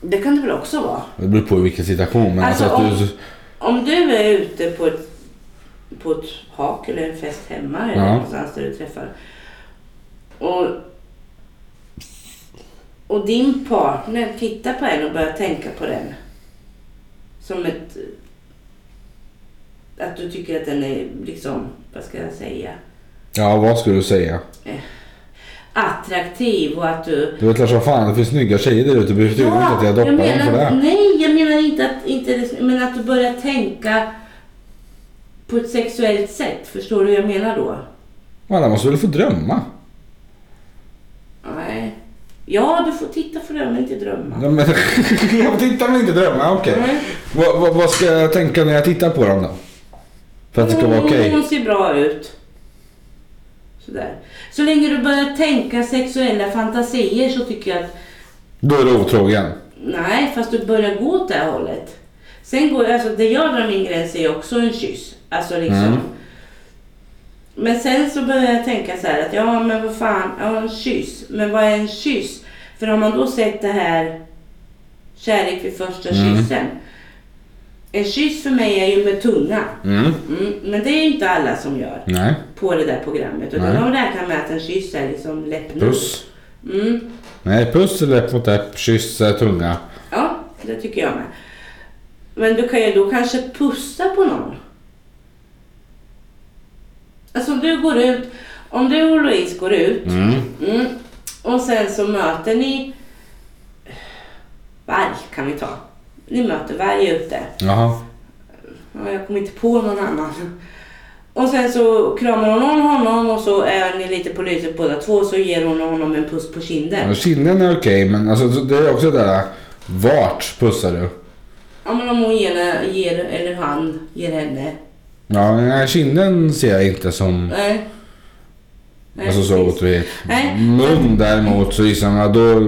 Det kan det väl också vara.
Det beror på i vilken situation men alltså,
Alltså,
att du...
Om du är ute på ett, på ett hak eller en fest hemma eller
Ja.
någonstans där du träffar. Och, och din partner tittar på en och börjar tänka på den. Som ett... Att du tycker att den är liksom, vad ska jag säga,
Ja vad skulle du säga?
attraktiv och att du...
Du vet klart som fan det finns snygga tjejer där ute. Du behöver inte att jag doppar dem för
menar,
det.
nej, jag menar inte att, inte, det- men att du börjar tänka på ett sexuellt sätt. Förstår du hur jag menar då?
Men alla måste väl få drömma?
Nej. Ja, du får titta för drömmen, inte drömma.
Ja, men- <laughs> jag tittar men inte drömma, okej.
Mm.
Vad, vad, vad ska jag tänka när jag tittar på dem då? För att det ska vara okej?
Hon ser bra ut. Sådär. Så länge du börjar tänka sexuella fantasier så tycker jag att
Då är du otrogen.
nej, fast du börjar gå åt det här hållet. Sen går alltså det jag drar min gräns är ju också en kyss. Alltså liksom.
Mm.
Men sen så börjar jag tänka så här att ja, men vad fan, ja, en kyss. Men vad är en kyss? För har man då sett det här kärlek vid första
Mm.
kyssen. En kyss för mig är ju med tunga.
Mm.
Mm, men det är ju inte alla som gör
Nej.
på det där programmet. Utan
Nej.
de räknar med att en kyss är liksom läppnos.
Puss.
Mm,
Nej, puss är läpp mot läpp, kyss är tunga.
ja, det tycker jag med. Men du kan ju då kanske pussa på någon. Alltså om du går ut, om du och Louise går ut
Mm.
mm, och sen så möter ni varg kan vi ta. Ni möter varg ute.
Jaha.
Ja, jag kom inte på någon annan. Och sen så kramar hon om honom och så är ni lite på lyset båda två så ger hon honom en puss på kinden.
Ja, Kinden är okej, men alltså, det är också det där. Vart pussar du?
Ja men om hon ger, ger eller han ger henne.
Ja, nej, kinden ser jag inte som...
Nej. Nej,
Alltså så
precis.
otrohet.
Nej.
Mun däremot så liksom, ja då...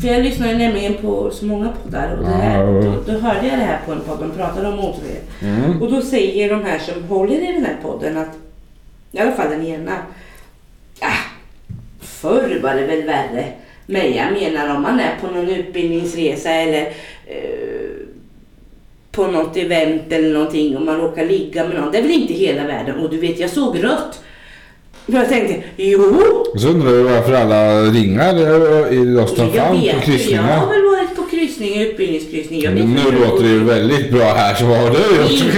För jag lyssnar ju nämligen på så många poddar och det här,
Ja, ja, ja.
då, då hörde jag det här på en podd, de pratade om otrohet.
Mm.
Och då säger de här som håller i den här podden att, i alla fall den ena, ah, förr var det väl värre. Men jag menar om man är på någon utbildningsresa eller eh, på något event eller någonting och man råkar ligga med någon, det är väl inte hela världen. Och du vet, jag såg rött. Och jag tänkte, jo,
Och så undrar jag varför alla ringar eh, i Lost and
jag
found
vet
på
ju, jag har
kryssningar.
väl varit på kryssning, utbildningskryssning. Jag vet
Nu
inte.
låter det ju väldigt bra här, så vad har du
Inte bra.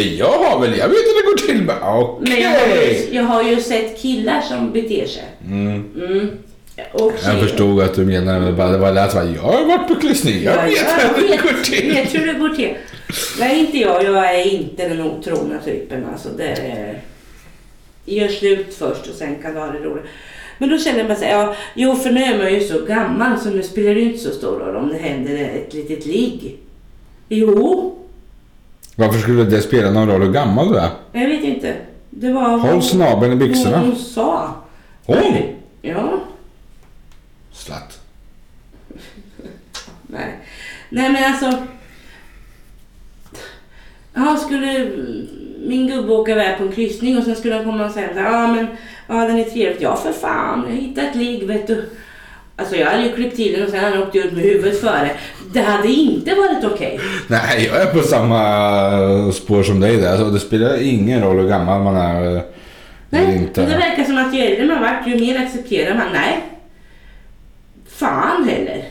gjort? <laughs> jag har väl, jag vet hur det går till. bara,
Men jag har,
Okej!
ju, jag har ju sett killar som beter sig.
Mm.
Mm. Och
Jag
tjejer.
förstod att du menade med bara, det var lätt bara, jag har varit på kryssning, jag vet hur det går
Jag
till.
vet hur det går till. Nej, inte jag. Jag är inte den otrogna typen. Alltså, det är... Gör slut först och sen kan du ha det roligt. Men då känner man sig, ja, jo för nu är man ju så gammal så nu spelar det ju inte så stor roll om det händer ett litet ligg. Jo,
Varför skulle det spela någon roll hur gammal du är?
jag vet inte. Det var
Håll snabeln i
hon,
byxorna.
hon sa.
Hon?
Ja.
Slatt.
Nej. Nej men alltså. Ja, skulle min gubbe åka iväg på en kryssning och sen skulle han komma och säga så här, ja men ja, den är trevlig. Ja för fan, jag hittade ett ligg vet du. Alltså jag hade ju klippt till den och sen hade han åkt ut med huvudet före. Det hade inte varit okej.
Nej, jag är på samma spår som dig där. Alltså, det spelar ingen roll hur gammal man är. eh, eller
Nej,
inte.
men det verkar som att ju äldre man vart ju mer accepterar man. Nej. Fan heller.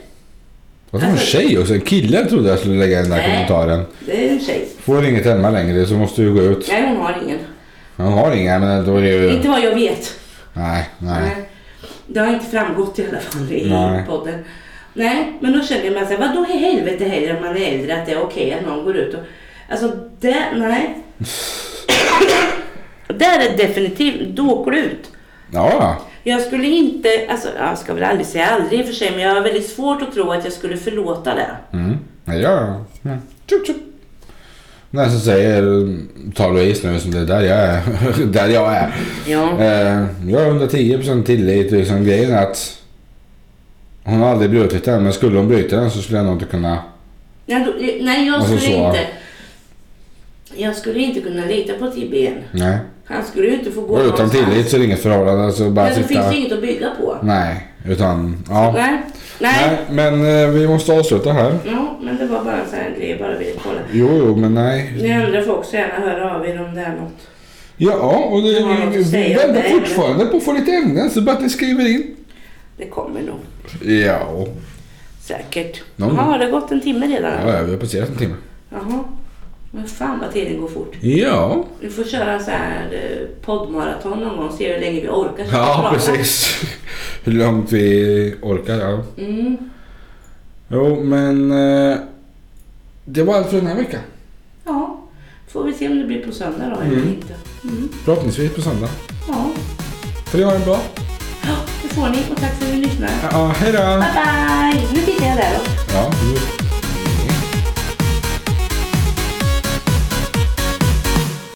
Vad var en
Alltså-
tjej också? En kille trodde jag skulle lägga in den där
Nej.
kommentaren.
Det är en tjej.
Får inget hemma längre så måste du gå ut.
Nej hon har ingen.
Han har inga men då är det ju...
Inte vad jag vet.
Nej, nej.
Nej. Det har inte framgått i alla fall i
Nej.
podden. Nej, men då känner man sig, vadå i helvete heller om man är äldre
<laughs>
att det är okej att någon går ut och... Alltså det, nej. Och där är definitivt, då åker du ut.
Ja,
Jag skulle inte, alltså jag ska väl aldrig säga aldrig i och för sig, men jag har väldigt svårt att tro att jag skulle förlåta det.
mm. ja, ja. Mm. Tjup, tjup. Nej, så säger tar Louise nu som det är där jag är. <laughs> där jag är.
Ja,
Eh, jag har 110% tillit. Liksom, grejen är att hon har aldrig brutit den, men skulle hon bryta den så skulle jag nog inte kunna...
nej, då, nej jag
Alltså
skulle
så.
inte. Jag skulle inte kunna lita på Tibbe igen.
Nej.
Han skulle ju inte få gå
Och utan tillit så är det inget förhållande. Alltså bara
Men så
sitta...
finns det inget att bygga på.
Nej, utan... Ja.
Nej. Nej.
Nej, men eh, vi måste avsluta här.
Ja, men det var bara så här en grej jag bara ville kolla.
Jo, jo, men nej.
Ni andra får också gärna höra av er om det är något.
Ja, och det,
Jag har något
vi
att säga om
väntar
det.
fortfarande på att få lite ämnen, så bara att ni skriver in.
Det kommer nog.
Ja,
Säkert.
Någon
Jaha, har det gått en timme redan?
ja vi har passerat en timme.
Jaha. Men fan vad tiden går fort.
Ja.
Vi får köra så här eh, poddmaraton någon gång se hur länge vi orkar.
Ja,
prata.
precis. Hur långt vi orkar, ja.
Mm.
Jo, men... eh, Det var allt för den här veckan.
Ja, får vi se om det blir på söndag då eller
Mm.
inte. Mm.
Förhoppningsvis på söndag.
Ja.
För det var en bra.
ja, det får ni och tack för att ni lyssnade.
Ja, hej då!
Bye bye! Nu tittar jag där då.
Ja, nu